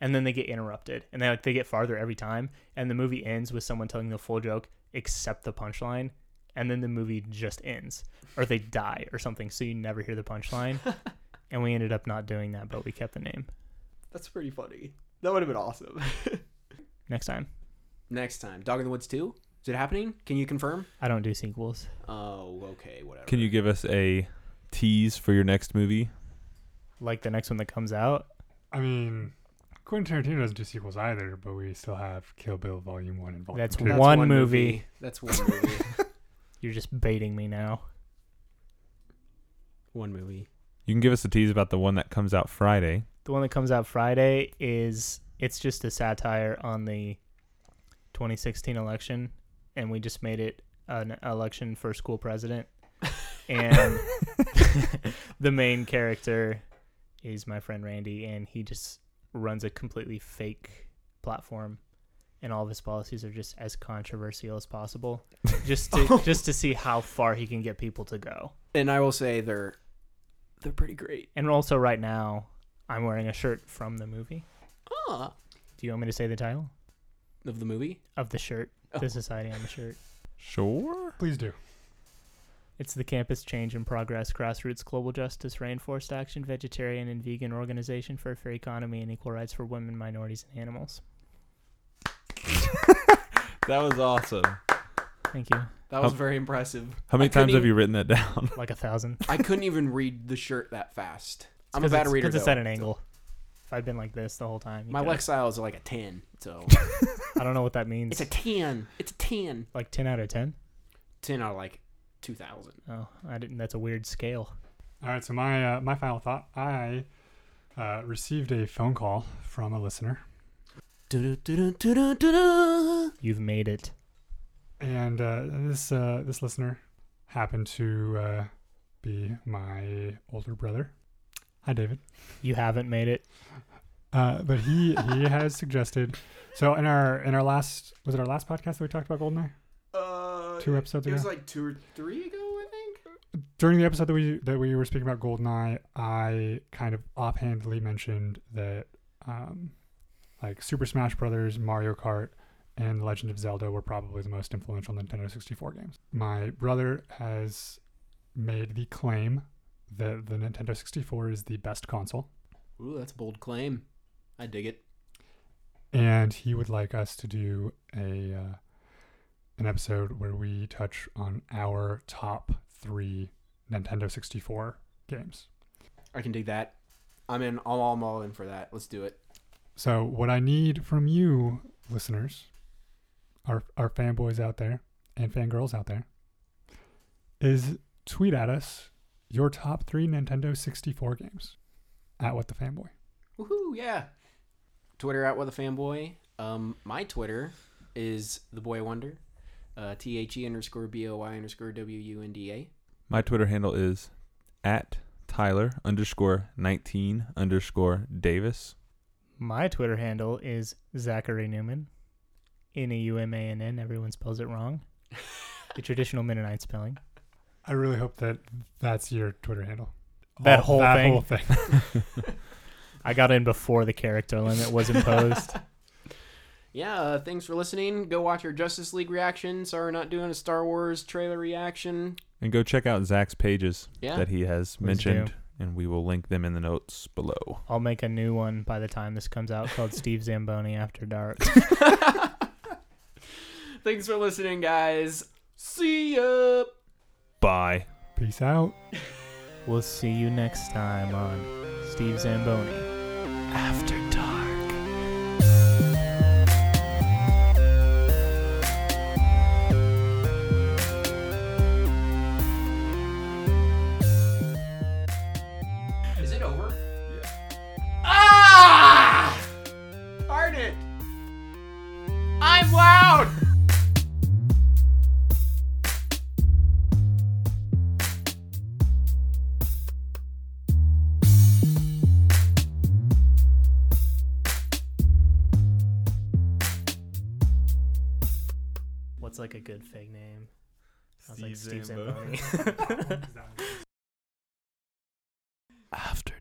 Speaker 1: and then they get interrupted and they like they get farther every time and the movie ends with someone telling the full joke except the punchline and then the movie just ends or they die or something so you never hear the punchline and we ended up not doing that but we kept the name
Speaker 5: That's pretty funny. That would have been awesome.
Speaker 1: next time
Speaker 2: next time, Dog in the Woods Two. Is it happening? Can you confirm?
Speaker 1: i don't do sequels
Speaker 2: Oh, okay, whatever.
Speaker 3: Can you give us a tease for your next movie?
Speaker 1: like the next one that comes out
Speaker 4: I mean, Quentin Tarantino doesn't do sequels either, but we still have Kill Bill Volume One and Volume
Speaker 1: That's
Speaker 4: Two.
Speaker 1: one- movie.
Speaker 2: That's one movie.
Speaker 1: you're just baiting me now
Speaker 2: one movie.
Speaker 3: You can give us a tease about the one that comes out Friday.
Speaker 1: the one that comes out friday is it's just a satire on the 2016 election and we just made it an election for school president and the main character is my friend Randy, and he just runs a completely fake platform, and all of his policies are just as controversial as possible, just to just to see how far he can get people to go.
Speaker 2: And I will say they're they're pretty great.
Speaker 1: And also, right now, I'm wearing a shirt from the movie.
Speaker 2: Ah,
Speaker 1: Do you want me to say the title
Speaker 2: of the movie.
Speaker 1: of the shirt?
Speaker 2: Oh.
Speaker 1: The Society on the shirt.
Speaker 3: Sure.
Speaker 4: Please do.
Speaker 1: It's the Campus Change and Progress Grassroots Global Justice Rainforest Action Vegetarian and Vegan Organization for a Fair Economy and Equal Rights for Women, Minorities, and Animals.
Speaker 3: That was awesome.
Speaker 1: Thank you.
Speaker 2: That was
Speaker 3: How-
Speaker 2: very impressive.
Speaker 3: How many
Speaker 2: I couldn't
Speaker 3: times have
Speaker 2: even-
Speaker 3: you written that down?
Speaker 1: Like a thousand.
Speaker 2: I couldn't even read the shirt that fast. I'm a
Speaker 1: 'Cause
Speaker 2: bad
Speaker 1: it's-
Speaker 2: reader.
Speaker 1: 'cause it's
Speaker 2: though.
Speaker 1: at an angle. If I'd been like this the whole time, you
Speaker 2: My
Speaker 1: could've-
Speaker 2: Lexile is like a ten, so
Speaker 1: I don't know what that means.
Speaker 2: it's a ten. It's a ten.
Speaker 1: like ten out of ten.
Speaker 2: Ten out of like two thousand.
Speaker 1: Oh, I didn't. That's a weird scale.
Speaker 4: All right, so my uh, my final thought. I uh, received a phone call from a listener,
Speaker 1: You've made it.
Speaker 4: and uh, this uh, this listener happened to uh, be my older brother. Hi, David.
Speaker 1: You haven't made it.
Speaker 4: Uh, but he he has suggested. So in our in our last was it our last podcast that we talked about Goldeneye?
Speaker 5: Uh,
Speaker 4: Two episodes
Speaker 5: It was
Speaker 4: ago?
Speaker 5: like two or three ago, I think.
Speaker 4: During the episode that we that we were speaking about Goldeneye, I kind of offhandedly mentioned that um, like Super Smash Brothers, Mario Kart, and The Legend of Zelda were probably the most influential Nintendo 64 games. My brother has made the claim that the Nintendo 64 is the best console,
Speaker 2: Ooh, that's a bold claim. I dig it.
Speaker 4: and he would like us to do a uh, an episode where we touch on our top three Nintendo 64 games.
Speaker 2: I can dig that. I'm in. I'm all, I'm all in for that. Let's do it.
Speaker 4: So what I need from you, listeners, our our fanboys out there and fangirls out there, is tweet at us your top three Nintendo 64 games at what the fanboy.
Speaker 2: Woohoo! Yeah. Twitter at what the fanboy. Um, my Twitter is the boy wonder. Uh, T H E underscore B O Y underscore W U N D A.
Speaker 3: My Twitter handle is at Tyler underscore 19 underscore Davis.
Speaker 1: My Twitter handle is Zachary Newman. N e u m a n n. Everyone spells it wrong. The traditional Mennonite spelling.
Speaker 4: I really hope that that's your Twitter handle.
Speaker 1: That whole thing?
Speaker 4: whole thing.
Speaker 1: I got in before the character limit was imposed.
Speaker 2: Yeah, uh, thanks for listening. Go watch our Justice League reaction. Sorry, we're not doing a Star Wars trailer reaction.
Speaker 3: And go check out Zach's pages
Speaker 2: Yeah.
Speaker 3: that he has
Speaker 1: do.
Speaker 3: mentioned, and we will link them in the notes below.
Speaker 1: I'll make a new one by the time this comes out called Steve Zamboni After Dark.
Speaker 2: thanks for listening, guys. See ya.
Speaker 3: Bye.
Speaker 4: Peace out.
Speaker 1: We'll see you next time on Steve Zamboni After Dark.
Speaker 2: Ah!
Speaker 1: What's like a good fake name? I was like
Speaker 3: Steve
Speaker 1: Steve
Speaker 3: Zambo.
Speaker 1: Zamboni.
Speaker 6: Is that one?
Speaker 7: After